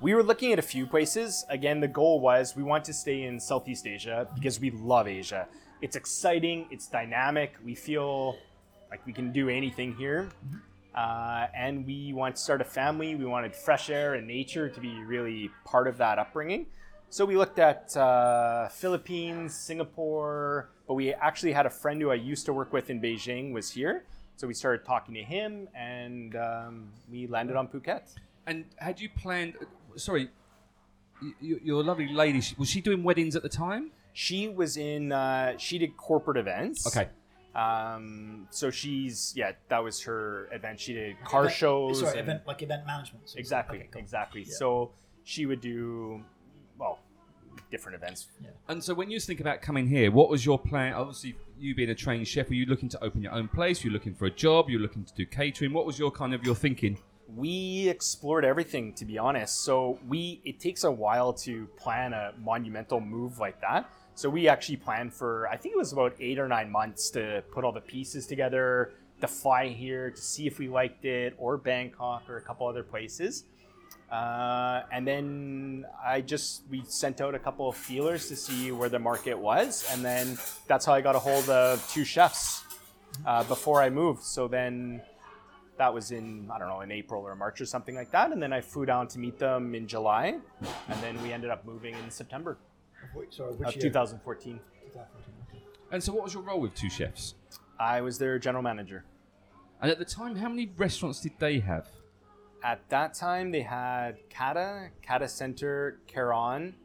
Speaker 4: We were looking at a few places. Again, the goal was we want to stay in Southeast Asia because we love Asia. It's exciting, it's dynamic. We feel like we can do anything here. Uh, and we want to start a family. We wanted fresh air and nature to be really part of that upbringing. So we looked at uh, Philippines, Singapore, but we actually had a friend who I used to work with in Beijing was here. So we started talking to him and um, we landed on Phuket.
Speaker 2: And had you planned? Sorry, y- y- your lovely lady. she- Was she doing weddings at the time?
Speaker 4: she was in uh, she did corporate events
Speaker 2: Okay.
Speaker 4: um so she's yeah that was her event she did car shows
Speaker 3: Sorry,
Speaker 4: and-
Speaker 3: event, like event management. So-
Speaker 4: exactly
Speaker 3: okay, cool.
Speaker 4: exactly
Speaker 3: Yeah.
Speaker 4: so she would do well different events
Speaker 2: And so when you was thinking about coming here, what was your plan? Obviously, you being a trained chef, were you looking to open your own place? Were you looking for a job? You were looking to do catering? What was your kind of your thinking?
Speaker 4: we explored everything to be honest so we it takes a while to plan a monumental move like that so we actually planned for i think it was about eight or nine months to put all the pieces together to fly here to see if we liked it or bangkok or a couple other places uh, and then i just we sent out a couple of feelers to see where the market was and then that's how i got a hold of two chefs uh, before i moved so then that was in I don't know in April or March or something like that, and then I flew down to meet them in July, and then we ended up moving in September
Speaker 3: Which, sorry, which
Speaker 4: of
Speaker 3: year?
Speaker 4: 2014.
Speaker 3: 2014, okay.
Speaker 2: And so, what was your role with two chefs?
Speaker 4: I was their general manager.
Speaker 2: And at the time, how many restaurants did they have?
Speaker 4: At that time, they had Kata, Kata Center, Caron,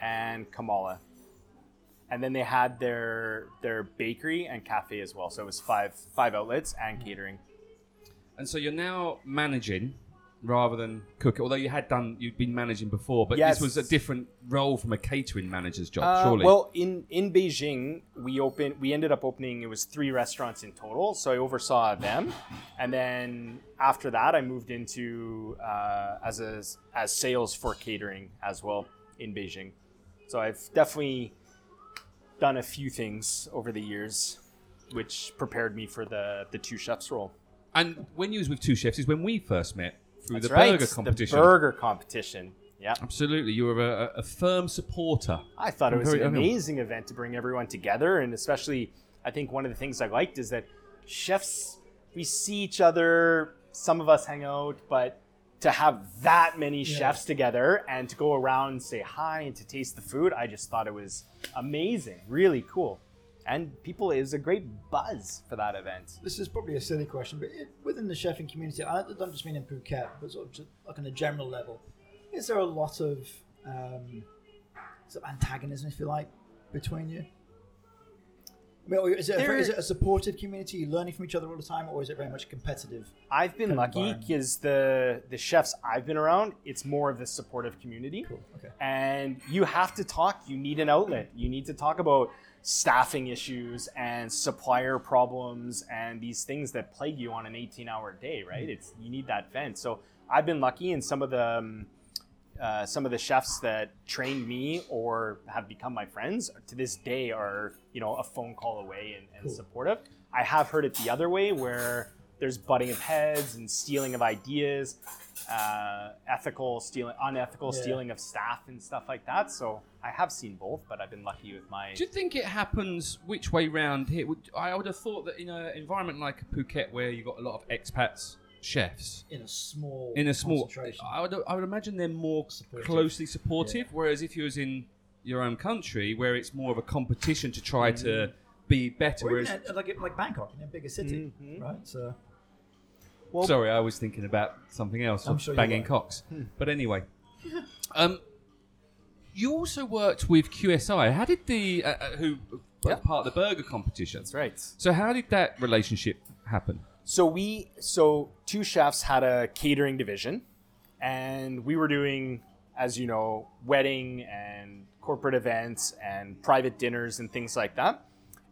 Speaker 4: and Kamala. and then they had their their bakery and cafe as well. So it was five five outlets and catering.
Speaker 2: And so you're now managing rather than cooking. Although you had done, you'd been managing before, but
Speaker 4: Yes.
Speaker 2: this was a different role from a catering manager's job,
Speaker 4: Uh,
Speaker 2: surely.
Speaker 4: Well, in in Beijing, we opened. We ended up opening. It was three restaurants in total. So I oversaw them, and then after that, I moved into uh, as a as sales for catering as well in Beijing. So I've definitely done a few things over the years, which prepared me for the the two chefs role.
Speaker 2: and when you was with two chefs is when we first met through the
Speaker 4: That's right,
Speaker 2: burger competition.
Speaker 4: The burger competition. Yeah,
Speaker 2: Absolutely, you were a, a firm supporter.
Speaker 4: I thought it was
Speaker 2: Very
Speaker 4: an
Speaker 2: unreal.
Speaker 4: amazing event to bring everyone together, and especially, I think one of the things I liked is that chefs we see each other. Some of us hang out, but to have that many chefs together and to go around and say hi and to taste the food, I just thought it was amazing, really cool, and people it was a great buzz for that event.
Speaker 3: This is probably a silly question, but it, within the chefing community, I don't just mean in Phuket, but sort of just like on a general level, is there a lot of um, sort of antagonism, if you like, between you? I mean, or is, it a,
Speaker 4: There-
Speaker 3: is it a supportive community, you learning from each other all the time, or is it very much competitive?
Speaker 4: I've been
Speaker 3: Kind of
Speaker 4: lucky
Speaker 3: environment.
Speaker 4: because the the chefs I've been around, it's more of the supportive community.
Speaker 3: Cool. Okay.
Speaker 4: and you have to talk. You need an outlet. You need to talk about staffing issues and supplier problems and these things that plague you on an 18-hour day, right? It's you need that vent. So I've been lucky, and some of the um, uh, some of the chefs that trained me or have become my friends to this day are you know a phone call away and, and supportive. I have heard it the other way where there's butting of heads and stealing of ideas, uh, ethical stealing, unethical
Speaker 3: Yeah.
Speaker 4: stealing of staff and stuff like that. So I have seen both, but I've been lucky with my.
Speaker 2: Do you think it happens which way round here? Would- I would have thought that in an environment like Phuket, where you've got a lot of expats, chefs
Speaker 3: In a small
Speaker 2: in a small, uh,
Speaker 3: concentration.
Speaker 2: I would, I would imagine they're more closely supportive. Whereas if you was in your own country, where it's more of a competition to try
Speaker 3: Mm-hmm.
Speaker 2: to be better.
Speaker 3: Or even
Speaker 2: Whereas, Mm-hmm.
Speaker 3: at- like like Bangkok, in a bigger city, right? So
Speaker 2: sorry, I was thinking about something else.
Speaker 3: I'm
Speaker 2: of
Speaker 3: sure you
Speaker 2: banging
Speaker 3: were. Hmm.
Speaker 2: cocks. But anyway, um, you also worked with QSI. How did the uh, uh, who were part of the burger competition?
Speaker 4: That's right.
Speaker 2: So how did that relationship happen?
Speaker 4: So we so two chefs had a catering division, and we were doing, as you know, wedding and corporate events and private dinners and things like that.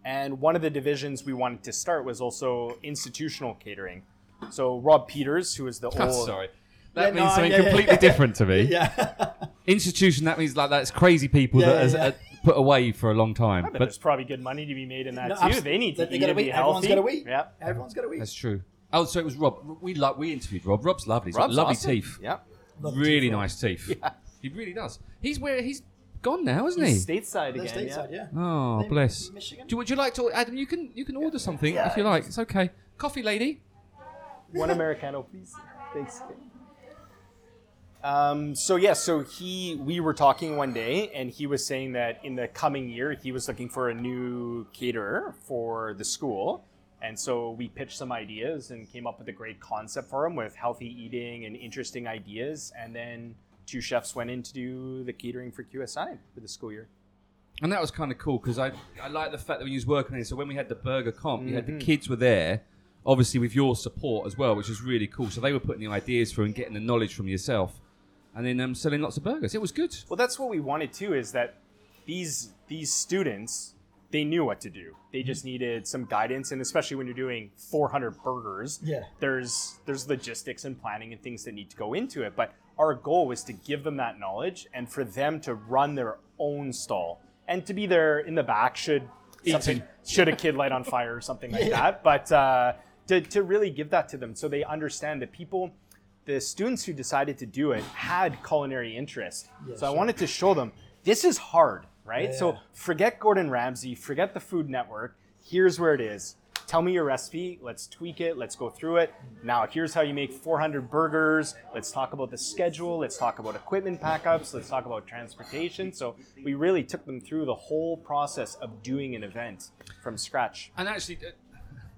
Speaker 4: And one of the divisions we wanted to start was also institutional catering. So Rob Peters, who is the
Speaker 2: Oh,
Speaker 4: old
Speaker 2: sorry. That
Speaker 3: no,
Speaker 2: means something
Speaker 3: yeah, yeah,
Speaker 2: completely
Speaker 3: yeah.
Speaker 2: different to me.
Speaker 3: yeah,
Speaker 2: Institution, that means like that's crazy people
Speaker 3: Yeah,
Speaker 2: that
Speaker 3: yeah,
Speaker 2: has
Speaker 3: yeah.
Speaker 2: uh, put away for a long time.
Speaker 4: but,
Speaker 2: But,
Speaker 4: there's probably good money to be made in that
Speaker 3: No,
Speaker 4: too.
Speaker 3: abs-
Speaker 4: They need to
Speaker 3: they- they
Speaker 4: eat
Speaker 3: gotta
Speaker 4: and be
Speaker 3: eat. Everyone's
Speaker 4: healthy.
Speaker 3: gotta eat.
Speaker 4: Yeah.
Speaker 3: everyone's got to eat.
Speaker 2: that's true. Oh, so it was Rob. We lo- we interviewed Rob. Rob's lovely. He's got lovely teeth.
Speaker 4: Yeah.
Speaker 3: Love
Speaker 2: Really
Speaker 3: tea for-
Speaker 2: nice teeth. He really does. He's where he's gone now, isn't he?
Speaker 4: Stateside
Speaker 3: They're
Speaker 4: again.
Speaker 3: stateside,
Speaker 4: yeah.
Speaker 3: yeah.
Speaker 2: Oh,
Speaker 3: They-
Speaker 2: bless.
Speaker 3: Michigan?
Speaker 2: Do, would you like to, Adam? You can you can order something
Speaker 3: Yeah,
Speaker 2: if you like. It's okay. Coffee, lady.
Speaker 4: One Americano, please. Thanks. Um, so yeah, so he we were talking one day, and he was saying that in the coming year he was looking for a new caterer for the school, and so we pitched some ideas and came up with a great concept for him with healthy eating and interesting ideas, and then two chefs went in to do the catering for QSI for the school year.
Speaker 2: And that was kind of cool because I, I like the fact that when you was working on it, so when we had the burger comp, you had the kids were there, obviously with your support as well, which was really cool. So they were putting the ideas through and getting the knowledge from yourself, and then um, selling lots of burgers. It was good.
Speaker 4: Well, that's what we wanted too. Is that these these students they knew what to do. They just needed some guidance, and especially when you're doing 400 burgers,
Speaker 3: Yeah.
Speaker 4: there's there's logistics and planning and things that need to go into it. But our goal was to give them that knowledge and for them to run their own stall and to be there in the back should something should a kid light on fire or something like that. But uh, to to really give that to them so they understand that people the students who decided to do it had culinary interest. so I wanted to show them this is hard, right? So forget Gordon Ramsay, forget the Food Network. Here's where it is. Tell me your recipe. Let's tweak it. Let's go through it. Now, here's how you make 400 burgers. Let's talk about the schedule. Let's talk about equipment packups. Let's talk about transportation. So, we really took them through the whole process of doing an event from scratch.
Speaker 2: And actually, uh,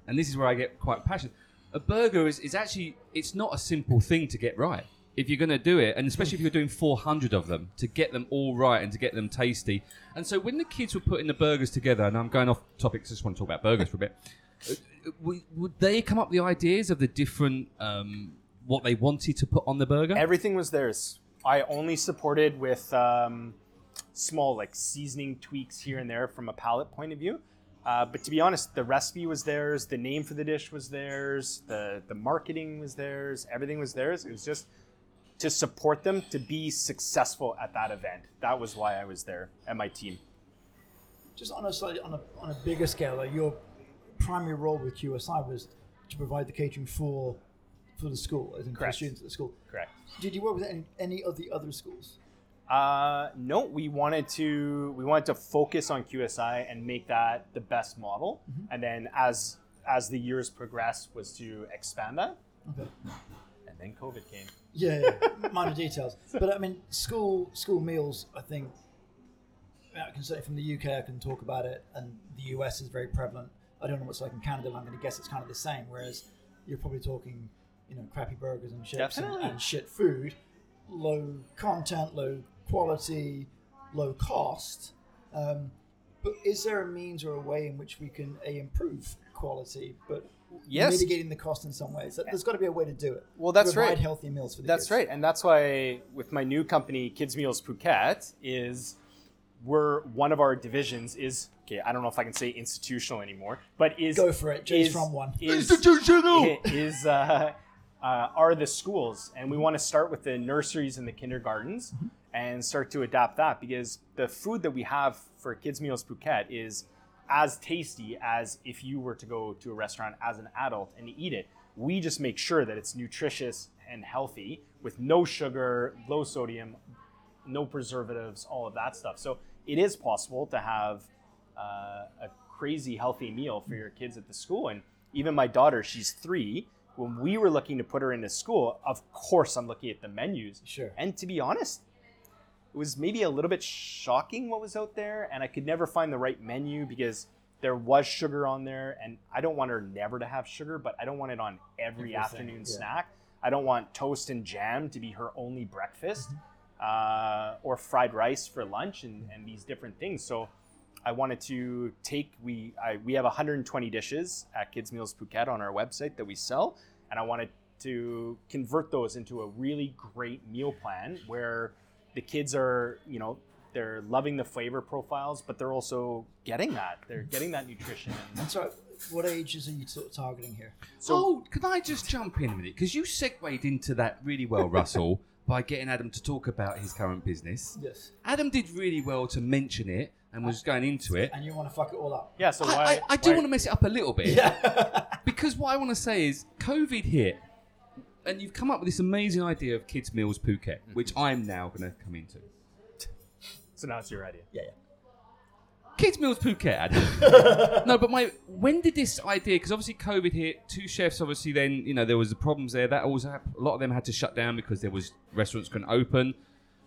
Speaker 2: and this is where I get quite passionate. A burger is, is actually it's not a simple thing to get right. if you're going to do it, and especially if you're doing 400 of them to get them all right and to get them tasty. And so when the kids were putting the burgers together, and I'm going off topic, 'cause I just want to talk about burgers for a bit. uh, w- Would they come up with the ideas of the different um, what they wanted to put on the burger?
Speaker 4: Everything was theirs. I only supported with um, small like seasoning tweaks here and there from a palate point of view. Uh, but to be honest, the recipe was theirs, the name for the dish was theirs, the the marketing was theirs, everything was theirs. It was just to support them to be successful at that event. That was why I was there and my team.
Speaker 3: Just on a slightly on a, on a bigger scale, like, your primary role with QSI was to provide the catering for for the school, as in for the
Speaker 4: Correct.
Speaker 3: students at the school.
Speaker 4: Correct.
Speaker 3: Did you work with any, any of the other schools?
Speaker 4: Uh, no, we wanted to we wanted to focus on QSI and make that the best model,
Speaker 3: Mm-hmm.
Speaker 4: and then as as the years progressed, was to expand that.
Speaker 3: Okay.
Speaker 4: And then COVID came.
Speaker 3: Yeah, yeah. minor details. But I mean, school school meals. I think I can say from the UK, I can talk about it, and the US is very prevalent. I don't know what's like in Canada, and I'm going to guess it's kind of the same. Whereas you're probably talking, you know, crappy burgers and chips and,
Speaker 4: Definitely.
Speaker 3: and shit food, low content, low quality, low cost. Um, but is there a means or a way in which we can a improve quality, but
Speaker 4: Yes.
Speaker 3: mitigating the cost in some ways? There's got to be a way to do it.
Speaker 4: Well, that's
Speaker 3: Provide
Speaker 4: right.
Speaker 3: Healthy meals for the
Speaker 4: That's
Speaker 3: kids.
Speaker 4: right, and that's why with my new company, Kids Meals Phuket, is we're one of our divisions is okay. I don't know if I can say institutional anymore, but is
Speaker 3: Go for it. Jay's
Speaker 4: is-
Speaker 3: from one.
Speaker 4: is-
Speaker 5: Institutional!
Speaker 4: i- is uh, uh, are the schools, and we want to start with the nurseries and the kindergartens, and start to adapt that because the food that we have for Kids Meals Phuket is as tasty as if you were to go to a restaurant as an adult and eat it. We just make sure that it's nutritious and healthy with no sugar, low sodium, no preservatives, all of that stuff. So it is possible to have uh, a crazy healthy meal for your kids at the school. And even my daughter, she's three. When we were looking to put her into school, of course I'm looking at the menus.
Speaker 3: Sure.
Speaker 4: And to be honest, it was maybe a little bit shocking what was out there, and I could never find the right menu because there was sugar on there, and I don't want her never to have sugar, but I don't want it on every
Speaker 3: Everything,
Speaker 4: afternoon
Speaker 3: yeah.
Speaker 4: snack. I don't want toast and jam to be her only breakfast uh,
Speaker 3: Mm-hmm.
Speaker 4: or fried rice for lunch and, and these different things. So I wanted to take we I, we have 120 dishes at Kids Meals Phuket on our website that we sell, and I wanted to convert those into a really great meal plan where the kids are you know they're loving the flavor profiles, but they're also getting that they're getting that nutrition. And
Speaker 3: And so, what ages are you sort of targeting here?
Speaker 2: oh, can I just jump in a minute? Because you segued into that really well, Russell, by getting Adam to talk about his current business.
Speaker 3: Yes.
Speaker 2: Adam did really well to mention it and was going into it.
Speaker 3: And you want to fuck it all up?
Speaker 4: yeah, so
Speaker 2: I,
Speaker 4: why,
Speaker 2: I, I do
Speaker 4: why-
Speaker 2: want to mess it up a little bit.
Speaker 3: Yeah.
Speaker 2: Because what I want to say is, COVID hit, and you've come up with this amazing idea of kids' meals Phuket,
Speaker 4: Mm-hmm.
Speaker 2: which I'm now going to come into.
Speaker 4: So now it's your idea.
Speaker 3: yeah.
Speaker 2: Kids Meals Phuket. Adam. no, but my when did this idea? Because obviously COVID hit. Two chefs, obviously, then you know there was the problems there. That always hap- a lot of them had to shut down because there was restaurants couldn't open.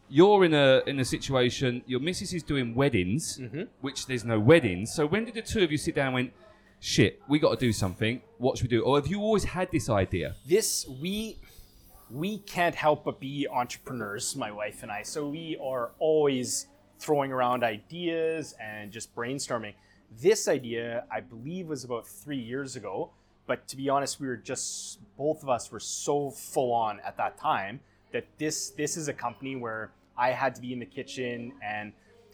Speaker 2: You're in a in a situation. Your missus is doing weddings, which there's no weddings. So when did the two of you sit down? and Went, shit, we got to do something. What should we do? Or have you always had this idea?
Speaker 4: this we we can't help but be entrepreneurs my wife and i so we are always throwing around ideas and just brainstorming this idea i believe was about three years ago but to be honest we were just both of us were so full on at that time that this this is a company where i had to be in the kitchen and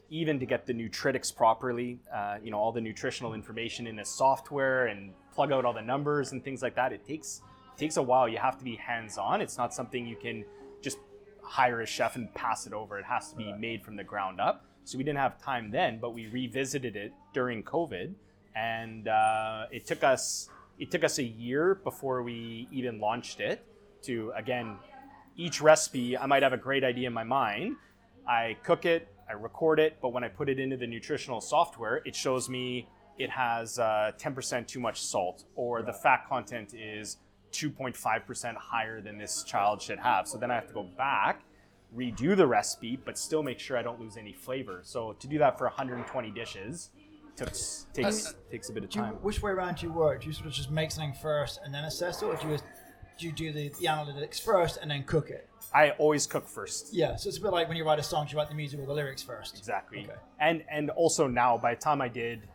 Speaker 4: even to get the nutritics properly, uh, you know, all the nutritional information in the software and plug out all the numbers and things like that. It takes it takes a while. You have to be hands on. It's not something you can just hire a chef and pass it over. It has to be made from the ground up. So we didn't have time then, but we revisited it during COVID, and uh, it took us it took us a year before we even launched it to again each recipe, I might have a great idea in my mind. I cook it, I record it, but when I put it into the nutritional software, it shows me it has uh, 10% too much salt, or the fat content is 2.5% higher than this child should have. So then I have to go back, redo the recipe, but still make sure I don't lose any flavor. So to do that for 120 dishes took, takes, takes a bit of
Speaker 3: Uh, Do you,
Speaker 4: time.
Speaker 3: which way around do you work? Do you sort of just make something first and then assess it, or do you do you do the, the analytics first and then cook it?
Speaker 4: I always cook first.
Speaker 3: Yeah, so it's a bit like when you write a song, you write the music or the lyrics first.
Speaker 4: Exactly.
Speaker 3: Okay.
Speaker 4: And and also now, by the time I did,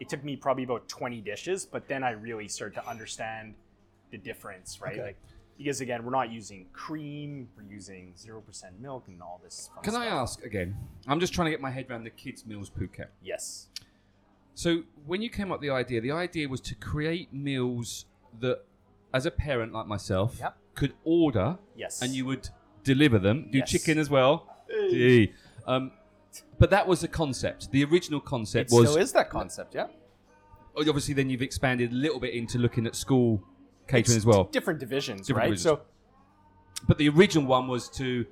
Speaker 4: it took me probably about twenty dishes, but then I really started to understand the difference, right?
Speaker 3: Okay.
Speaker 4: Like because again, we're not using cream, we're using zero percent milk and all this. Fun
Speaker 2: Can I
Speaker 4: stuff.
Speaker 2: ask again? I'm just trying to get my head around the kids' meals Phuket.
Speaker 4: Yes.
Speaker 2: So when you came up with the idea, the idea was to create meals that, as a parent like myself,
Speaker 4: Yep.
Speaker 2: could order
Speaker 4: Yes.
Speaker 2: and you would deliver them. Do
Speaker 4: Yes.
Speaker 2: chicken as well. Gee. Um, but that was the concept. The original concept
Speaker 4: It
Speaker 2: was
Speaker 4: still is that concept, yeah.
Speaker 2: obviously. Then you've expanded a little bit into looking at school catering as
Speaker 4: It's
Speaker 2: well.
Speaker 4: Different divisions,
Speaker 2: Different
Speaker 4: right?
Speaker 2: divisions.
Speaker 4: So
Speaker 2: But the original one was to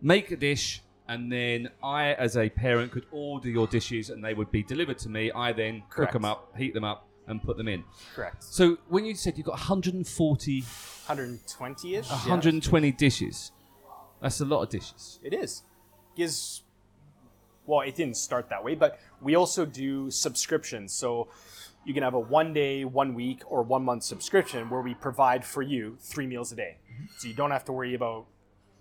Speaker 2: make a dish, and then I, as a parent, could order your dishes, and they would be delivered to me. I then cook 'em cook
Speaker 4: Correct.
Speaker 2: them up, heat them up, and put them in.
Speaker 4: correct.
Speaker 2: So when you said you've got 140,
Speaker 4: 120 ish.
Speaker 2: 120 dishes, that's a lot of dishes.
Speaker 4: It is. Gives well, it didn't start that way, but we also do subscriptions. So you can have a one day, one week, or one month subscription where we provide for you three meals a day. So you don't have to worry about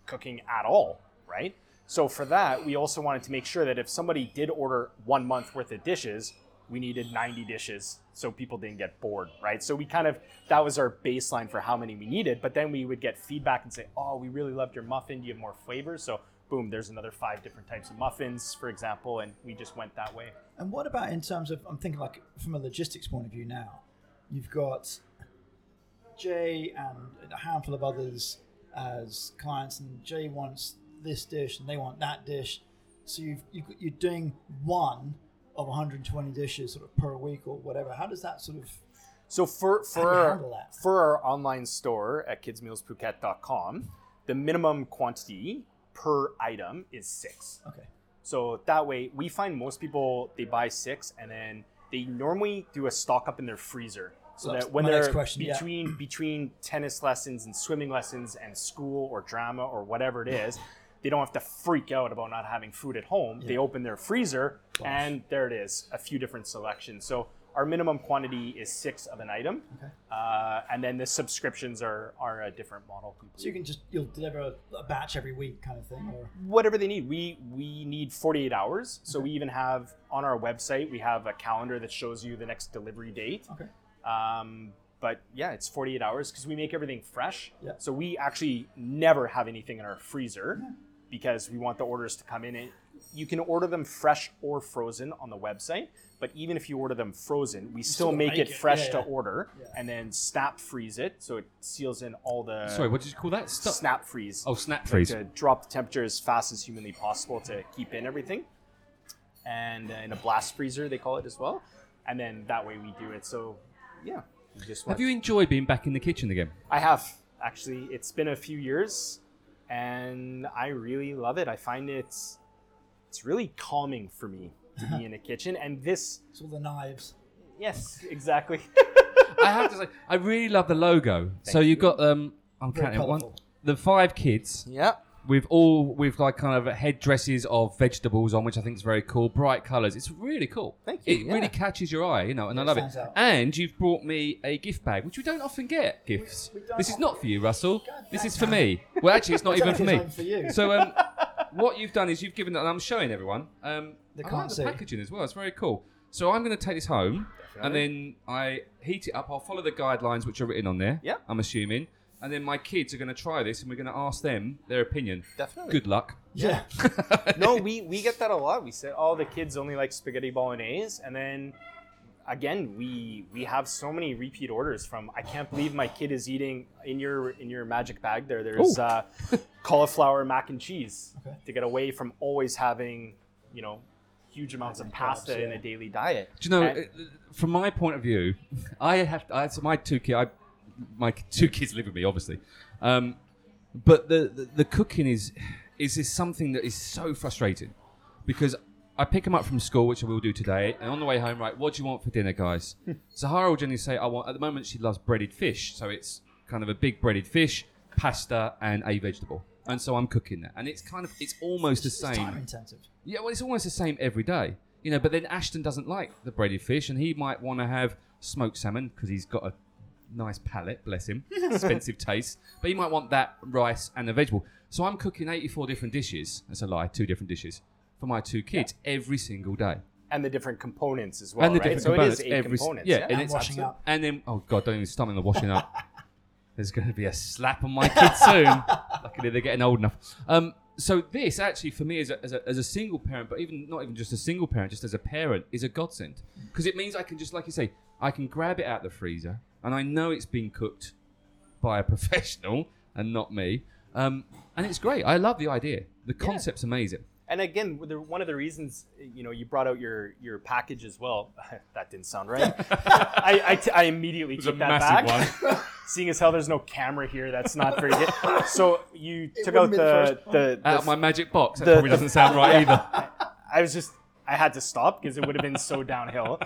Speaker 4: cooking at all, right? So for that, we also wanted to make sure that if somebody did order one month worth of dishes, we needed 90 dishes so people didn't get bored, right? So we kind of that was our baseline for how many we needed, but then we would get feedback and say, "Oh, we really loved your muffin. Do you have more flavors?" So boom, there's another five different types of muffins, for example, and we just went that way.
Speaker 3: And what about in terms of, I'm thinking like from a logistics point of view now, you've got Jay and a handful of others as clients, and Jay wants this dish and they want that dish. So you've, you've, got- you're doing one of 120 dishes sort of per week or whatever. How does that sort of,
Speaker 4: So for
Speaker 3: do
Speaker 4: for
Speaker 3: you
Speaker 4: our,
Speaker 3: handle that?
Speaker 4: for our online store at kidsmealsphuket.com, the minimum quantity per item is 6.
Speaker 3: okay.
Speaker 4: So that way, we find most people they buy six and then they normally do a stock up in their freezer. So
Speaker 3: That's
Speaker 4: that when
Speaker 3: my
Speaker 4: they're
Speaker 3: next question, yeah.
Speaker 4: between between tennis lessons and swimming lessons and school or drama or whatever it is, they don't have to freak out about not having food at home. They open their freezer and there it is, a few different selections. So our minimum quantity is six of an item,
Speaker 3: Okay.
Speaker 4: uh, and then the subscriptions are are a different model.
Speaker 3: So you can just, you'll deliver a, a batch every week kind of thing or,
Speaker 4: whatever they need. We we need 48 hours. So we even have on our website we have a calendar that shows you the next delivery date.
Speaker 3: okay.
Speaker 4: Um, but yeah, it's 48 hours because we make everything fresh.
Speaker 3: Yeah.
Speaker 4: So we actually never have anything in our freezer because we want the orders to come in. And you can order them fresh or frozen on the website. But even if you order them frozen, we still,
Speaker 3: still
Speaker 4: make,
Speaker 3: make
Speaker 4: it,
Speaker 3: it,
Speaker 4: fresh
Speaker 3: yeah,
Speaker 4: to
Speaker 3: yeah.
Speaker 4: order
Speaker 3: Yeah.
Speaker 4: and then snap freeze it so it seals in all the
Speaker 2: Sorry, what did you call that? Stu-
Speaker 4: snap freeze
Speaker 2: Oh, snap
Speaker 4: like,
Speaker 2: freeze.
Speaker 4: to drop the temperature as fast as humanly possible to keep in everything. And uh, in a blast freezer, they call it as well. And then that way we do it. So, yeah, you just want.
Speaker 2: Have you enjoyed being back in the kitchen again?
Speaker 4: I have actually. It's been a few years, and I really love it. I find it's it's really calming for me to be in a kitchen. And this,
Speaker 3: It's all the knives.
Speaker 4: yes, exactly.
Speaker 2: I have to say, I really love the logo. so you've got um, I'm
Speaker 3: Very
Speaker 2: counting one,
Speaker 3: colourful.
Speaker 2: the five kids
Speaker 4: yeah.
Speaker 2: with all with like kind of headdresses of vegetables on, which I think is very cool. Bright colours. It's really cool.
Speaker 4: Thank you,
Speaker 2: It
Speaker 4: yeah.
Speaker 2: really catches your eye, you know, and I love it.
Speaker 3: stands out.
Speaker 2: And you've brought me a gift bag, which we don't often get gifts.
Speaker 3: we don't
Speaker 2: this is
Speaker 3: often-
Speaker 2: not for you, Russell.
Speaker 3: God
Speaker 2: This is for
Speaker 3: damn
Speaker 2: me. Well, actually, it's not even for
Speaker 3: It's
Speaker 2: me.
Speaker 3: only for you.
Speaker 2: So um, what you've done is you've given, and I'm showing everyone. Um,
Speaker 3: They
Speaker 2: I
Speaker 3: can't
Speaker 2: like the
Speaker 3: see.
Speaker 2: packaging as well. It's very cool. So I'm going to take this home, and then I heat it up. I'll follow the guidelines which are written on there.
Speaker 4: Yeah.
Speaker 2: I'm assuming, and then my kids are going to try this, and we're going to ask them their opinion.
Speaker 4: Definitely.
Speaker 2: Good luck.
Speaker 3: yeah.
Speaker 4: no, we we get that a lot. We say, "Oh, the kids only like spaghetti bolognese," and then again, we we have so many repeat orders from. I can't believe my kid is eating in your in your magic bag. There, there's
Speaker 2: Ooh.
Speaker 4: uh, cauliflower mac and cheese
Speaker 3: Okay.
Speaker 4: to get away from always having, you know, huge amounts of pasta in
Speaker 3: yeah.
Speaker 4: a daily diet.
Speaker 2: Do you know?
Speaker 4: And-
Speaker 2: uh, From my point of view, I have. I, so my two kids. I, my two kids live with me, obviously. Um, but the, the the cooking is is is something that is so frustrating because I pick them up from school, which I will do today, and on the way home, right? What do you want for dinner, guys? Sahara will generally say, "I want." At the moment, she loves breaded fish, so it's kind of a big breaded fish, pasta, and a vegetable. And so I'm cooking that, and it's kind of it's almost the
Speaker 3: It's
Speaker 2: same.
Speaker 3: time intensive.
Speaker 2: Yeah, well, it's almost the same every day, you know. But then Ashton doesn't like the breaded fish, and he might want to have smoked salmon because he's got a nice palate, bless him, expensive taste. But you might want that rice and a vegetable. So I'm cooking 84 different dishes. That's a lie, two different dishes for my two kids every single day.
Speaker 4: and the different components as well.
Speaker 2: and the
Speaker 4: Oh, right?
Speaker 2: different
Speaker 4: so
Speaker 2: components.
Speaker 4: it is eight
Speaker 2: every, s-
Speaker 4: components.
Speaker 2: Yeah,
Speaker 4: yeah?
Speaker 2: and
Speaker 3: And
Speaker 2: it's
Speaker 3: washing
Speaker 2: absolute-
Speaker 3: up.
Speaker 2: And then, oh god, don't even start me on the washing up. There's going to be a slap on my kids soon. Luckily, they're getting old enough. Um, so this actually, for me, as a, as, a, as a single parent, but even not even just a single parent, just as a parent, is a godsend because it means I can just, like you say, I can grab it out the freezer, and I know it's been cooked by a professional and not me. Um, and it's great. I love the idea. The concept's amazing.
Speaker 4: And again, the, one of the reasons you know you brought out your your package as well. that didn't sound right. I, I, t- I immediately
Speaker 5: It was a
Speaker 4: took that
Speaker 5: massive
Speaker 4: back.
Speaker 5: one.
Speaker 4: Seeing as how there's no camera here, that's not very good. So you took out
Speaker 3: wouldn't be the
Speaker 4: the
Speaker 3: first
Speaker 4: the, the
Speaker 2: Out of my magic box, that
Speaker 4: the-
Speaker 2: probably
Speaker 4: the-
Speaker 2: doesn't sound right either.
Speaker 4: I was just I had to stop because it would have been so downhill.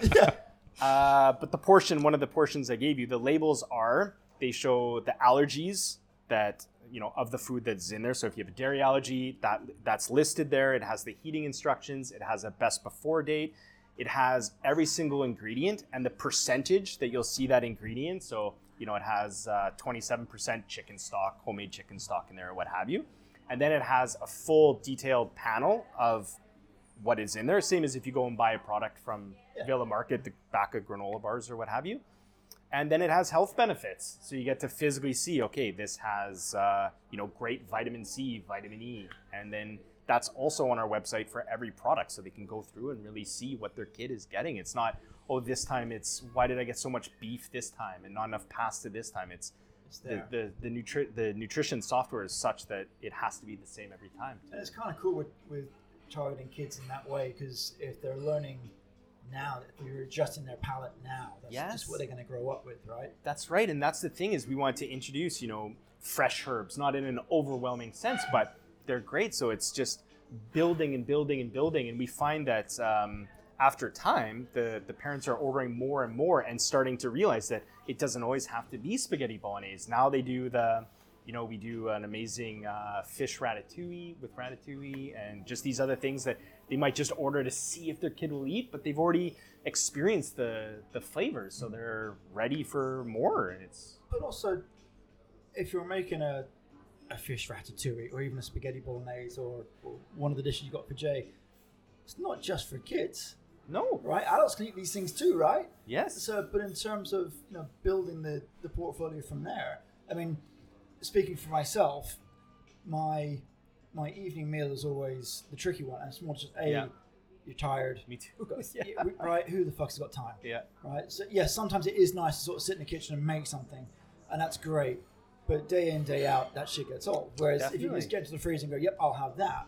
Speaker 4: Uh, but the portion, one of the portions I gave you, the labels are they show the allergies that you know of the food that's in there. So if you have a dairy allergy, that that's listed there. It has the heating instructions. It has a best before date. It has every single ingredient and the percentage that you'll see that ingredient. So you know it has uh, 27% chicken stock, homemade chicken stock in there, or what have you. And then it has a full detailed panel of what is in there. Same as if you go and buy a product from Villa Market, the back of granola bars or what have you. And then it has health benefits, so you get to physically see. Okay, this has uh, you know great vitamin C, vitamin E, and then that's also on our website for every product, so they can go through and really see what their kid is getting. It's not oh this time it's why did I get so much beef this time and not enough pasta this time. It's
Speaker 3: It's
Speaker 4: the
Speaker 3: there.
Speaker 4: the the, nutri- the nutrition software is such that it has to be the same every time.
Speaker 3: And it's kind of cool with, with targeting kids in that way because if they're learning now, if you're adjusting their palate now, that's
Speaker 4: Yes.
Speaker 3: just what they're going to grow up with, right?
Speaker 4: That's right, and that's the thing is we want to introduce, you know, fresh herbs, not in an overwhelming sense, but they're great. So it's just building and building and building, and we find that um, after time, the the parents are ordering more and more and starting to realize that it doesn't always have to be spaghetti bolognese. Now they do the you know, we do an amazing uh, fish ratatouille with ratatouille and just these other things that they might just order to see if their kid will eat, but they've already experienced the, the flavors, so they're ready for more. And it's
Speaker 3: But also, if you're making a, a fish ratatouille or even a spaghetti bolognese or, or one of the dishes you got for Jay, it's not just for kids,
Speaker 4: no,
Speaker 3: right? Adults can eat these things too, right?
Speaker 4: yes,
Speaker 3: So, but in terms of you know building the the portfolio from there, I mean, speaking for myself, my my evening meal is always the tricky one. And it's more just a
Speaker 4: Yeah.
Speaker 3: you're tired,
Speaker 4: me too. yeah.
Speaker 3: right? Who the fuck's got time?
Speaker 4: yeah,
Speaker 3: right? So yeah, sometimes it is nice to sort of sit in the kitchen and make something, and that's great. But day in day out, that shit gets old. Whereas if you
Speaker 4: Definitely.
Speaker 3: just get into the freezer and go, "Yep, I'll have that,"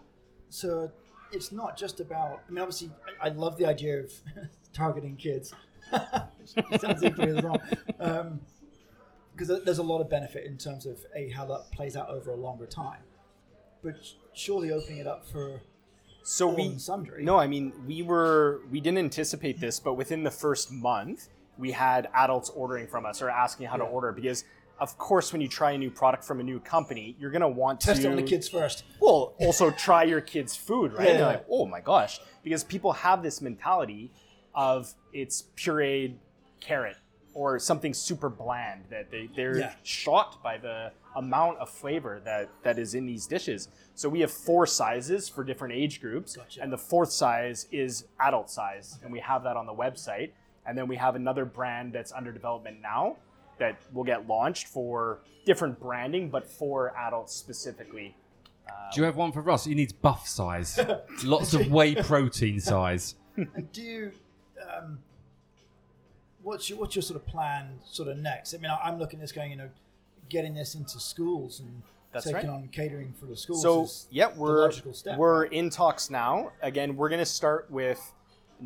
Speaker 3: so it's not just about. I mean, obviously, I, I love the idea of targeting kids. Which sounds equally as wrong. Um, because there's a lot of benefit in terms of a how that plays out over a longer time, but surely opening it up for
Speaker 4: So
Speaker 3: all
Speaker 4: we
Speaker 3: and sundry.
Speaker 4: No, I mean we were we didn't anticipate this, but within the first month, we had adults ordering from us or asking how to order because, of course, when you try a new product from a new company, you're gonna want
Speaker 3: test
Speaker 4: to
Speaker 3: it on the kids first.
Speaker 4: Well, also try your kids' food, right? And
Speaker 3: Yeah.
Speaker 4: they're like, oh my gosh, because people have this mentality of it's pureed carrot or something super bland that they, they're
Speaker 3: Yeah.
Speaker 4: shocked by the amount of flavor that, that is in these dishes. So we have four sizes for different age groups,
Speaker 3: Gotcha.
Speaker 4: and the fourth size is adult size, and we have that on the website. And then we have another brand that's under development now that will get launched for different branding, but for adults specifically.
Speaker 2: Do you have one for Russ? He needs buff size. Lots of whey protein size.
Speaker 3: do you um, what's your what's your sort of plan sort of next i mean I, i'm looking at this going you know getting this into schools and
Speaker 4: That's
Speaker 3: taking
Speaker 4: right.
Speaker 3: on catering for the schools
Speaker 4: So
Speaker 3: is
Speaker 4: yeah,
Speaker 3: the
Speaker 4: we're
Speaker 3: logical step.
Speaker 4: we're in talks now. Again, we're going to start with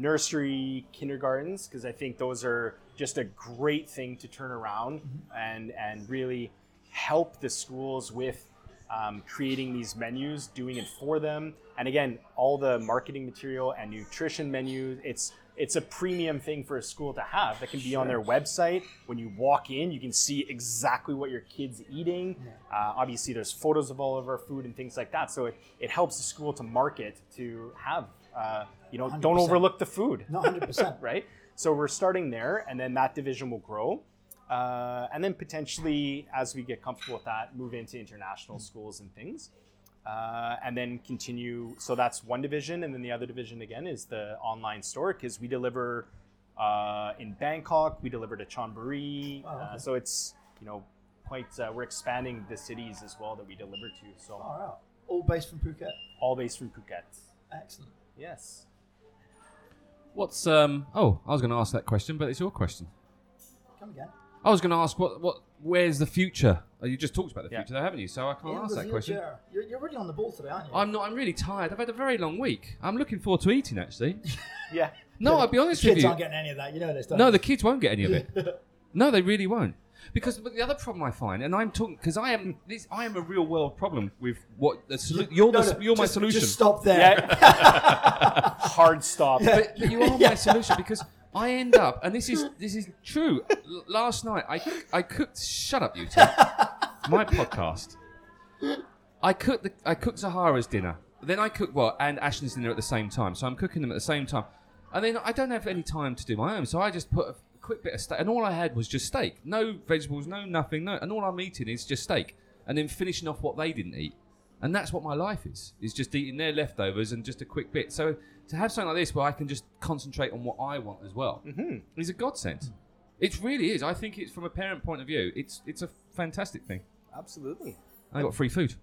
Speaker 4: nursery kindergartens because I think those are just a great thing to turn around and and really help the schools with um, creating these menus, doing it for them, and again, all the marketing material and nutrition menus. It's it's a premium thing for a school to have that can be on their website. When you walk in, you can see exactly what your kid's eating. Uh, obviously, there's photos of all of our food and things like that. So it, it helps the school to market to have, uh, you know, don't
Speaker 3: 100%.
Speaker 4: overlook the food
Speaker 3: not 100%
Speaker 4: right? So we're starting there, and then that division will grow. Uh, and then potentially, as we get comfortable with that, move into international schools and things. Uh, and then continue. So that's one division. And then the other division, again, is the online store because we deliver uh, in Bangkok, we deliver to Chonburi. uh, so it's, you know, quite, uh, we're expanding the cities as well that we deliver to. So
Speaker 3: All right. All based from Phuket.
Speaker 4: all based from Phuket.
Speaker 3: Excellent.
Speaker 4: Yes.
Speaker 2: What's um? Oh, I was going to ask that question, but it's your question.
Speaker 3: Come again.
Speaker 2: I was going to ask what what where's the future? Oh, you just talked about the
Speaker 4: Yeah.
Speaker 2: future, though, haven't you? So I can't
Speaker 3: In
Speaker 2: ask
Speaker 3: the
Speaker 2: that question.
Speaker 3: future. You're, you're really on the ball today, aren't you?
Speaker 2: I'm not. I'm really tired. I've had a very long week. I'm looking forward to eating actually.
Speaker 4: Yeah.
Speaker 2: No, I'll be honest with
Speaker 3: Kids
Speaker 2: you.
Speaker 3: aren't getting any of that. You know this, don't
Speaker 2: No,
Speaker 3: you?
Speaker 2: the kids won't get any of it. No, they really won't. Because but the other problem I find, and I'm talking because I am this, I am a real world problem with what the solu- you're
Speaker 3: No,
Speaker 2: the,
Speaker 3: no,
Speaker 2: you're my
Speaker 3: just-
Speaker 2: solution.
Speaker 3: Just stop there.
Speaker 4: Yeah. Hard stop.
Speaker 2: but, but you are my solution because I end up, and this is this is true. L- last night I I cooked. Shut up, you two. My podcast. I cooked the I cooked Zahara's dinner. Then I cooked what and Ashley's dinner at the same time. So I'm cooking them at the same time, and then I don't have any time to do my own. So I just put a quick bit of steak, and all I had was just steak. No vegetables, no nothing, no. And all I'm eating is just steak, and then finishing off what they didn't eat. And that's what my life is, is just eating their leftovers and just a quick bit. So to have something like this where I can just concentrate on what I want as well is a godsend. It really is. I think it's from a parent point of view, it's it's a fantastic thing.
Speaker 4: Absolutely.
Speaker 2: I got free food.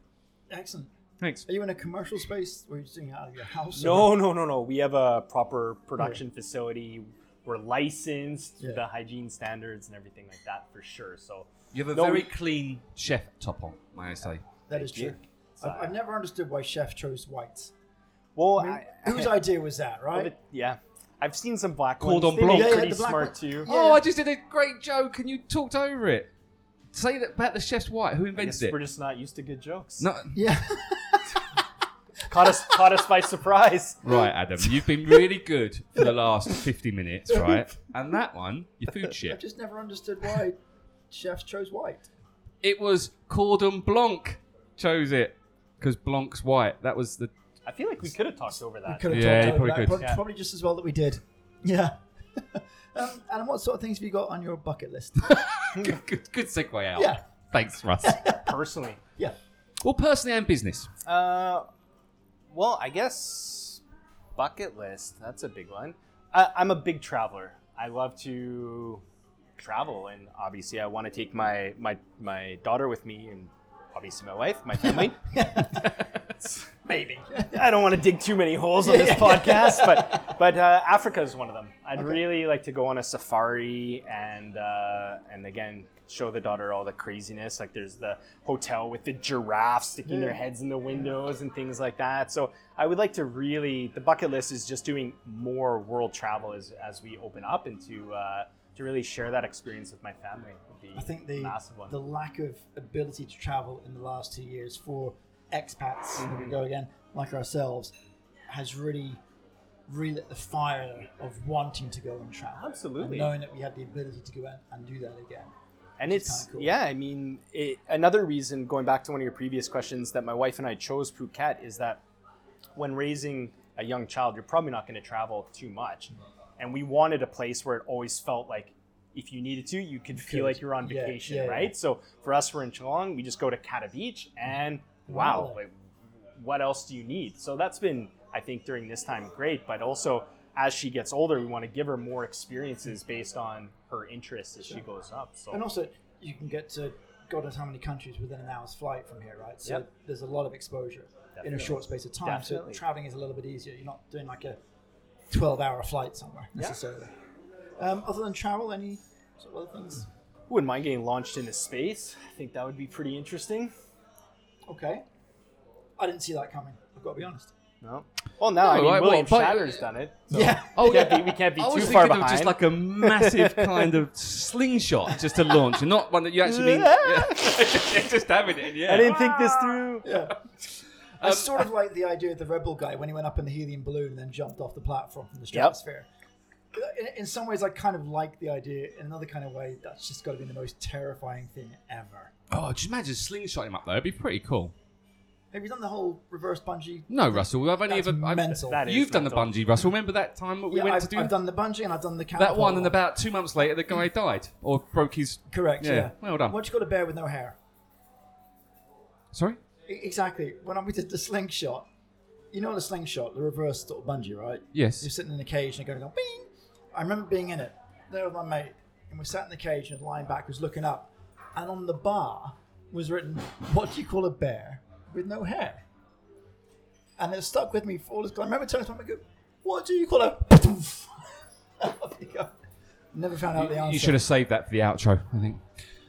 Speaker 3: Excellent.
Speaker 2: Thanks.
Speaker 3: Are you in a commercial space where you're just doing it out of your house?
Speaker 4: No, no, no, no. We have a proper production facility. We're licensed to
Speaker 3: Yeah.
Speaker 4: the hygiene standards and everything like that for sure. So
Speaker 2: You have a
Speaker 4: No,
Speaker 2: very
Speaker 4: we-
Speaker 2: clean chef top on, may I say.
Speaker 3: That is true.
Speaker 4: you.
Speaker 3: I've, I've never understood why Chef chose whites.
Speaker 4: well,
Speaker 3: I mean,
Speaker 4: I-
Speaker 3: whose idea was that,
Speaker 4: I-
Speaker 3: right?
Speaker 4: yeah, I've seen some black
Speaker 2: Cordon
Speaker 4: ones. They look
Speaker 2: blanc.
Speaker 3: Yeah, yeah,
Speaker 4: pretty
Speaker 3: the black
Speaker 4: smart
Speaker 3: one.
Speaker 4: too.
Speaker 3: Yeah.
Speaker 2: Oh, I just did a great joke and you talked over it. Say that about the chef's wife who
Speaker 4: I
Speaker 2: invented
Speaker 4: guess
Speaker 2: it.
Speaker 4: we're just not used to good jokes.
Speaker 2: No,
Speaker 3: Yeah.
Speaker 4: Caught us, caught us by surprise.
Speaker 2: Right, Adam, you've been really good for the last 50 minutes, right? And that one, your food
Speaker 3: I've
Speaker 2: shit.
Speaker 3: just never understood why Chef chose white.
Speaker 2: It was Cordon Blanc chose it because Blanc's white. That was the.
Speaker 4: I feel like we could have talked over that.
Speaker 3: Could have
Speaker 2: Yeah,
Speaker 3: talked
Speaker 2: you
Speaker 3: over
Speaker 2: probably
Speaker 3: that.
Speaker 2: could.
Speaker 3: Prob-
Speaker 4: Yeah.
Speaker 3: Probably just as well that we did. Yeah. um, and what sort of things have you got on your bucket list?
Speaker 2: Good, good, good segue out.
Speaker 3: Yeah.
Speaker 2: Thanks, Russ.
Speaker 4: Personally,
Speaker 3: yeah.
Speaker 2: well, personally and business.
Speaker 4: Uh, well, I guess bucket list. That's a big one. I, I'm a big traveler. I love to travel, and obviously, I want to take my my my daughter with me, and obviously, my wife, my family. Maybe I don't want to dig too many holes on this podcast, but but uh, Africa is one of them. I'd really like to go on a safari and uh, and again show the daughter all the craziness. Like there's the hotel with the giraffes sticking their heads in the windows and things like that. So I would like to really the bucket list is just doing more world travel as as we open up and to uh, to really share that experience with my family. Would be
Speaker 3: I think the
Speaker 4: massive one.
Speaker 3: the lack of ability to travel in the last two years for expats, here
Speaker 4: Mm-hmm.
Speaker 3: we go again, like ourselves, has really relit the fire of wanting to go and travel. and
Speaker 4: Absolutely.
Speaker 3: knowing that we have the ability to go out and do that again.
Speaker 4: and it's
Speaker 3: kinda cool.
Speaker 4: yeah i mean it, another reason going back to one of your previous questions that my wife and i chose phuket is that when raising a young child you're probably not going to travel too much and we wanted a place where it always felt like if you needed to you could feel
Speaker 3: could.
Speaker 4: like you're on
Speaker 3: Yeah,
Speaker 4: vacation
Speaker 3: yeah, yeah.
Speaker 4: right so for us we're in Geelong we just go to Kata Beach and wow
Speaker 3: Wow.
Speaker 4: like what else do you need? So that's been, I think, during this time great. But also, as she gets older, we want to give her more experiences based on her interests as she goes up.
Speaker 3: And
Speaker 4: So
Speaker 3: also, you can get to God knows how many countries within an hour's flight from here, right? So
Speaker 4: Yep.
Speaker 3: there's a lot of exposure in a
Speaker 4: Definitely.
Speaker 3: short space of time.
Speaker 4: Definitely.
Speaker 3: So traveling is a little bit easier. You're not doing like a 12 hour flight somewhere necessarily. Um, other than travel, any sort of other things?
Speaker 4: wouldn't mind getting launched into space. I think that would be pretty interesting.
Speaker 3: Okay. I didn't see that coming. I've got to be honest.
Speaker 4: No. Well, now I
Speaker 2: No,
Speaker 4: mean,
Speaker 2: I- well,
Speaker 4: William
Speaker 2: but-
Speaker 4: Shatner's done it. So
Speaker 3: Yeah.
Speaker 2: Oh,
Speaker 4: we can't be, we can't be
Speaker 2: I
Speaker 4: too
Speaker 2: was
Speaker 4: far
Speaker 2: thinking of
Speaker 4: behind.
Speaker 2: just like a massive kind of slingshot just to launch, and not one that you actually
Speaker 4: Yeah.
Speaker 2: just having it. Yeah.
Speaker 4: I didn't think this through.
Speaker 2: Um,
Speaker 3: I sort of like the idea of the rebel guy when he went up in the helium balloon and then jumped off the platform from the stratosphere. In, in some ways, I kind of like the idea. In another kind of way, that's just got to be the most terrifying thing ever.
Speaker 2: Oh, just imagine slingshotting him up though. It'd be pretty cool.
Speaker 3: Have you done the whole reverse bungee?
Speaker 2: No, Russell. I've only
Speaker 3: That's
Speaker 2: ever. I've-
Speaker 3: mental.
Speaker 4: That is
Speaker 2: You've done the
Speaker 4: mental.
Speaker 2: bungee, Russell. Remember that time that we
Speaker 3: yeah,
Speaker 2: went
Speaker 3: I've,
Speaker 2: to do
Speaker 3: I've done the bungee and I've done the
Speaker 2: that one, and
Speaker 3: the
Speaker 2: about two months later, the guy died or broke his.
Speaker 3: correct.
Speaker 2: Yeah,
Speaker 3: Yeah.
Speaker 2: well done.
Speaker 3: What you got a bear with no hair?
Speaker 2: Sorry.
Speaker 3: E- Exactly. When we did the slingshot, you know the slingshot, the reverse sort of bungee, right? You're
Speaker 2: Yes.
Speaker 3: sitting in a cage and it goes on, bing. I remember being in it there with my mate, and we sat in the cage and lying back was looking up, and on the bar was written, "What do you call a bear with no hair?" And it stuck with me for all this. I remember turning to my mate and go, "What do you call a?" Off you go. Never found out the
Speaker 2: You,
Speaker 3: answer.
Speaker 2: you should have saved that for the outro. I think.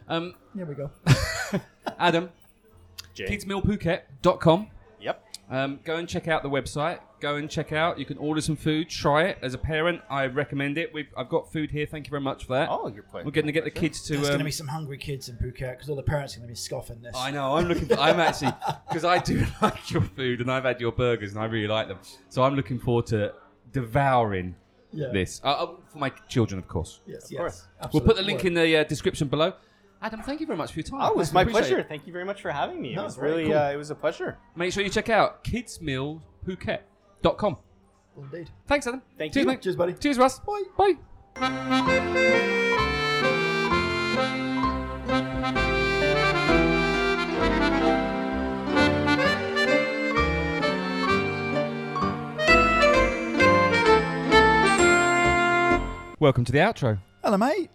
Speaker 2: Um,
Speaker 3: Here we go.
Speaker 2: Adam,
Speaker 4: Jay.
Speaker 2: kidsmealphuket.com.
Speaker 4: Yep.
Speaker 2: Um, go and check out the website. Go and check out. You can order some food. Try it. As a parent, I recommend it. We've, I've got food here. Thank you very much for that.
Speaker 4: Oh, you're playing.
Speaker 2: We're going to get the kids to.
Speaker 3: There's
Speaker 2: um,
Speaker 3: going to be some hungry kids in Phuket because all the parents are going to be scoffing this.
Speaker 2: I know. I'm looking. For, I'm actually because I do like your food and I've had your burgers and I really like them. So I'm looking forward to devouring
Speaker 3: Yeah.
Speaker 2: this uh, uh, for my children, of course.
Speaker 3: Yes, yes.
Speaker 4: course.
Speaker 2: We'll put the
Speaker 3: absolutely.
Speaker 2: link in the uh, description below. Adam, thank you very much for your time.
Speaker 4: Oh, it was
Speaker 2: Thanks,
Speaker 4: my
Speaker 2: appreciate
Speaker 4: pleasure.
Speaker 2: it.
Speaker 4: Thank you very much for having me.
Speaker 3: No,
Speaker 4: it was
Speaker 3: very
Speaker 4: really,
Speaker 3: cool.
Speaker 4: uh, it was a pleasure.
Speaker 2: Make sure you check out kidsmealphuket.com.
Speaker 3: Indeed.
Speaker 2: Thanks, Adam.
Speaker 4: Thank
Speaker 2: Cheers,
Speaker 4: you.
Speaker 2: mate.
Speaker 3: Cheers, buddy.
Speaker 2: Cheers, Russ. Bye. Bye. Welcome to the outro.
Speaker 3: Hello, mate.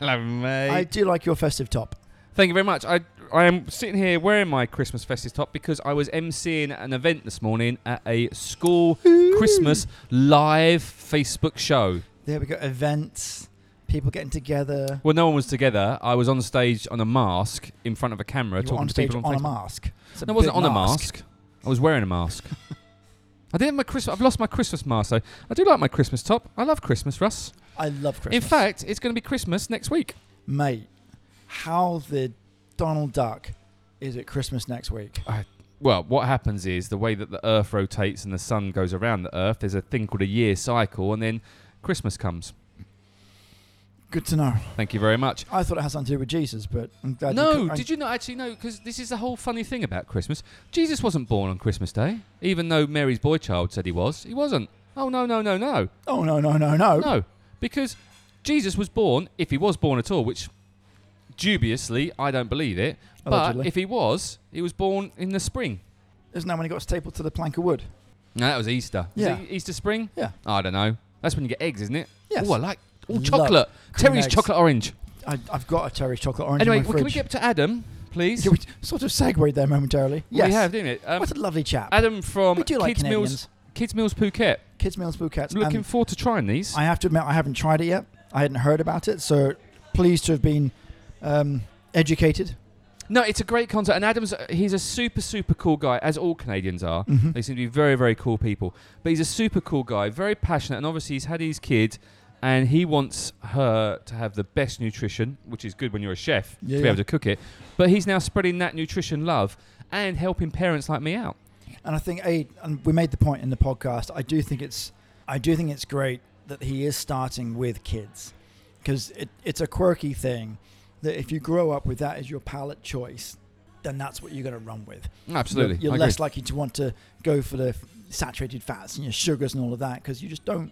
Speaker 2: Hello, mate.
Speaker 3: I do like your festive top.
Speaker 2: Thank you very much. I I am sitting here wearing my Christmas festive top because I was emceeing an event this morning at a school Christmas live Facebook show.
Speaker 3: There we go. Events, people getting together.
Speaker 2: Well, no one was together. I was on stage on a mask in front of a camera
Speaker 3: You were
Speaker 2: talking
Speaker 3: on
Speaker 2: to
Speaker 3: stage
Speaker 2: people
Speaker 3: on a
Speaker 2: Facebook.
Speaker 3: mask. It's
Speaker 2: No, I wasn't
Speaker 3: big
Speaker 2: on a mask. I was wearing a mask. I didn't have my Christmas. I've lost my Christmas mask though. I do like my Christmas top. I love Christmas, Russ.
Speaker 3: I love Christmas.
Speaker 2: In fact, it's going to be Christmas next week.
Speaker 3: mate, how the Donald Duck is at Christmas next week?
Speaker 2: well, what happens is the way that the Earth rotates and the sun goes around the Earth, there's a thing called a year cycle, and then Christmas comes.
Speaker 3: Good to know.
Speaker 2: Thank you very much.
Speaker 3: I thought it had something to do with Jesus, but I'm glad.
Speaker 2: no,
Speaker 3: you
Speaker 2: did you not actually know? Because this is the whole funny thing about Christmas. Jesus wasn't born on Christmas Day, even though Mary's boy child said he was. He wasn't. Oh, no, no, no, no.
Speaker 3: Oh no, no, no, no.
Speaker 2: No, because Jesus was born, if he was born at all, which dubiously, I don't believe it, but
Speaker 3: Allegedly.
Speaker 2: if he was, he was born in the spring.
Speaker 3: Isn't that when he got stapled to the plank of wood?
Speaker 2: No, that was Easter. Was
Speaker 3: Yeah.
Speaker 2: it E-, Easter spring?
Speaker 3: Yeah.
Speaker 2: I don't know. That's when you get eggs, isn't it?
Speaker 3: Yes.
Speaker 2: Oh, I like. Oh,
Speaker 3: Love
Speaker 2: chocolate.
Speaker 3: cream
Speaker 2: Terry's
Speaker 3: eggs.
Speaker 2: chocolate orange.
Speaker 3: I, I've got a cherry chocolate orange.
Speaker 2: Anyway,
Speaker 3: in my
Speaker 2: well, can we
Speaker 3: fridge.
Speaker 2: get to Adam, please?
Speaker 3: Did we sort of segued there momentarily? yes.
Speaker 2: We have, didn't it? Um,
Speaker 3: what a lovely chap.
Speaker 2: Adam from
Speaker 3: we do like
Speaker 2: Kids Mills,
Speaker 3: Canadians.
Speaker 2: Kids Mills Phuket.
Speaker 3: Kids meals, Phuket.
Speaker 2: I'm looking
Speaker 3: and
Speaker 2: forward to trying these.
Speaker 3: Um, I have to admit, I haven't tried it yet. I hadn't heard about it, so pleased to have been um, educated.
Speaker 2: no, it's a great concert, and Adam's he's a super super cool guy, as all Canadians are.
Speaker 3: Mhm.
Speaker 2: They seem to be very very cool people, but he's a super cool guy, very passionate, and obviously he's had his kid. And he wants her to have the best nutrition, which is good when you're a chef to
Speaker 3: Yeah,
Speaker 2: be
Speaker 3: yeah.
Speaker 2: able to cook it. But he's now spreading that nutrition love and helping parents like me out.
Speaker 3: And I think, a, and we made the point in the podcast. I do think it's, I do think it's great that he is starting with kids, because it, it's a quirky thing that if you grow up with that as your palate choice, then that's what you're going to run with.
Speaker 2: Absolutely,
Speaker 3: you're, you're
Speaker 2: I agree.
Speaker 3: less likely to want to go for the saturated fats and your sugars and all of that because you just don't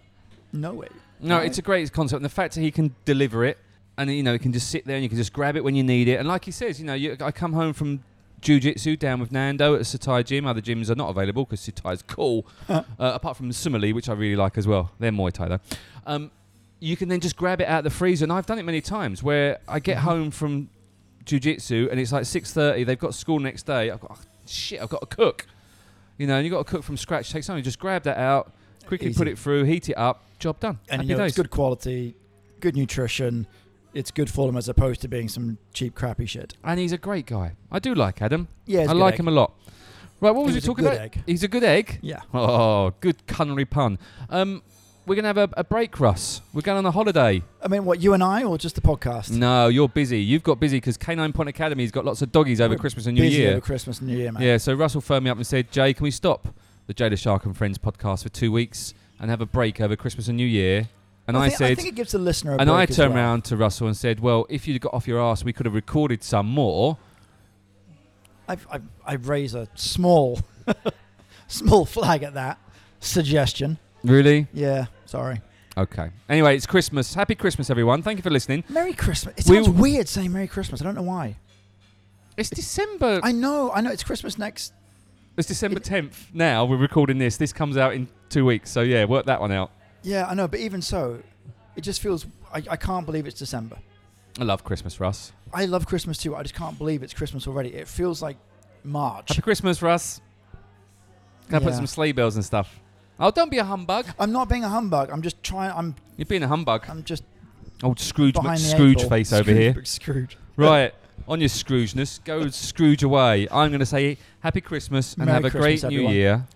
Speaker 3: know it.
Speaker 2: No,
Speaker 3: Right.
Speaker 2: it's a great concept, and the fact that he can deliver it, and you know, he can just sit there and you can just grab it when you need it. And like he says, you know, you, I come home from jujitsu down with Nando at Satai Gym. Other gyms are not available because Satai's cool, uh, apart from Sumali, which I really like as well. They're Muay Thai though. Um, you can then just grab it out of the freezer, and I've done it many times where I get home from jujitsu and it's like six thirty. They've got school next day. I've got oh, shit. I've got to cook. You know, and you've got to cook from scratch. Take something, just grab that out, quickly
Speaker 3: Easy.
Speaker 2: put it through, heat it up. Job done.
Speaker 3: and
Speaker 2: Happy
Speaker 3: you know,
Speaker 2: days.
Speaker 3: it's good quality, good nutrition. It's good for them as opposed to being some cheap, crappy shit.
Speaker 2: And he's a great guy. I do like Adam.
Speaker 3: Yeah, it's
Speaker 2: I
Speaker 3: a good
Speaker 2: like
Speaker 3: egg.
Speaker 2: him a lot. Right, what was
Speaker 3: He
Speaker 2: we
Speaker 3: was a
Speaker 2: talking
Speaker 3: good
Speaker 2: about?
Speaker 3: egg.
Speaker 2: He's a good egg.
Speaker 3: Yeah,
Speaker 2: Oh, good culinary pun. Um, we're gonna have a, a break, Russ. We're going on a holiday.
Speaker 3: I mean, what you and I, or just the podcast?
Speaker 2: No, you're busy. You've got busy because Canine Point Academy's got lots of doggies over
Speaker 3: We're
Speaker 2: Christmas and New
Speaker 3: Busy
Speaker 2: Year.
Speaker 3: over Christmas, and New Year, man.
Speaker 2: Yeah, so Russell phoned me up and said, Jay, can we stop the Jada Shark and Friends podcast for two weeks and have a break over Christmas and New Year? And I,
Speaker 3: think,
Speaker 2: said,
Speaker 3: I think it gives the listener. A
Speaker 2: and
Speaker 3: break
Speaker 2: I
Speaker 3: as
Speaker 2: turned
Speaker 3: well.
Speaker 2: round to Russell and said, well, if you'd got off your ass, we could have recorded some more.
Speaker 3: I've, I've, I've raised a small, small flag at that suggestion.
Speaker 2: Really?
Speaker 3: Yeah, sorry.
Speaker 2: Okay. Anyway, it's Christmas. Happy Christmas, everyone. Thank you for listening.
Speaker 3: Merry Christmas. It
Speaker 2: We
Speaker 3: sounds
Speaker 2: will-
Speaker 3: weird saying Merry Christmas. I don't know why.
Speaker 2: It's December.
Speaker 3: I know, I know. It's Christmas next.
Speaker 2: It's December 10th now. We're recording this. This comes out in two weeks. So, yeah, work that one out.
Speaker 3: Yeah, I know. But even so, it just feels. I, I can't believe it's December.
Speaker 2: I love Christmas, Russ.
Speaker 3: I love Christmas too. I just can't believe it's Christmas already. It feels like March.
Speaker 2: Happy Christmas, Russ. Can I put
Speaker 3: Yeah.
Speaker 2: some sleigh bells and stuff? Oh, don't be a humbug.
Speaker 3: I'm not being a humbug. I'm just trying. I'm.
Speaker 2: You're being a humbug.
Speaker 3: I'm just
Speaker 2: Old Scrooge
Speaker 3: behind the eight
Speaker 2: Scrooge
Speaker 3: ball.
Speaker 2: face over
Speaker 3: Scrooge-
Speaker 2: here.
Speaker 3: Scrooge.
Speaker 2: Right, on your Scroogeness, go Scrooge away. I'm going to say Happy Christmas and
Speaker 3: Merry
Speaker 2: have a
Speaker 3: Christmas,
Speaker 2: great new
Speaker 3: everyone.
Speaker 2: year.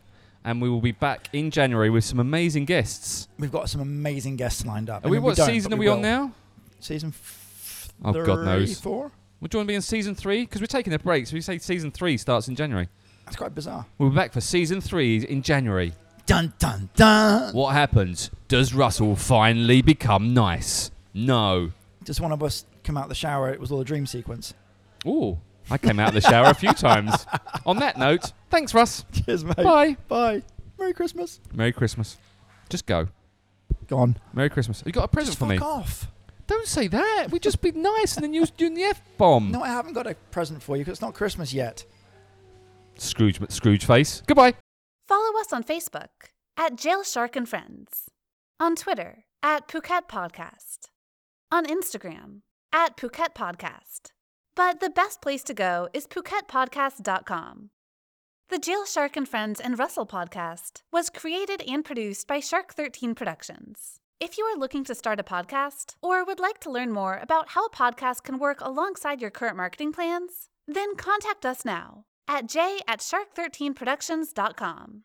Speaker 2: And we will be back in January with some amazing guests.
Speaker 3: We've got some amazing guests lined up.
Speaker 2: Are
Speaker 3: I
Speaker 2: we,
Speaker 3: mean,
Speaker 2: what
Speaker 3: don't,
Speaker 2: season
Speaker 3: but
Speaker 2: are we on
Speaker 3: will.
Speaker 2: now?
Speaker 3: Season. F-
Speaker 2: Oh, God knows.
Speaker 3: Four.
Speaker 2: Would you want to be in season three? Because we're taking a break, so we say season three starts in January.
Speaker 3: That's quite bizarre.
Speaker 2: We'll be back for season three in January.
Speaker 3: Dun dun dun.
Speaker 2: What happens? Does Russell finally become nice? No.
Speaker 3: Just one of us come out the shower. It was all a dream sequence.
Speaker 2: Ooh, I came out of the shower a few times. On that note, thanks, Russ.
Speaker 3: Cheers, mate.
Speaker 2: Bye.
Speaker 3: Bye. Merry Christmas.
Speaker 2: Merry Christmas. Just go.
Speaker 3: Gone.
Speaker 2: Merry Christmas. You got a present
Speaker 3: Just
Speaker 2: for
Speaker 3: fuck
Speaker 2: me?
Speaker 3: off.
Speaker 2: Don't say that. We just be nice and then you was doing the F bomb.
Speaker 3: No, I haven't got a present for you because it's not Christmas yet.
Speaker 2: Scrooge, Scrooge face. Goodbye.
Speaker 6: Follow us on Facebook at Jail Shark and Friends, on Twitter at Phuket Podcast, on Instagram at Phuket Podcast. But the best place to go is PhuketPodcast.com. The Jail Shark and Friends and Russell podcast was created and produced by Shark 13 Productions. If you are looking to start a podcast or would like to learn more about how podcasts can work alongside your current marketing plans, then contact us now at j at shark13productions.com.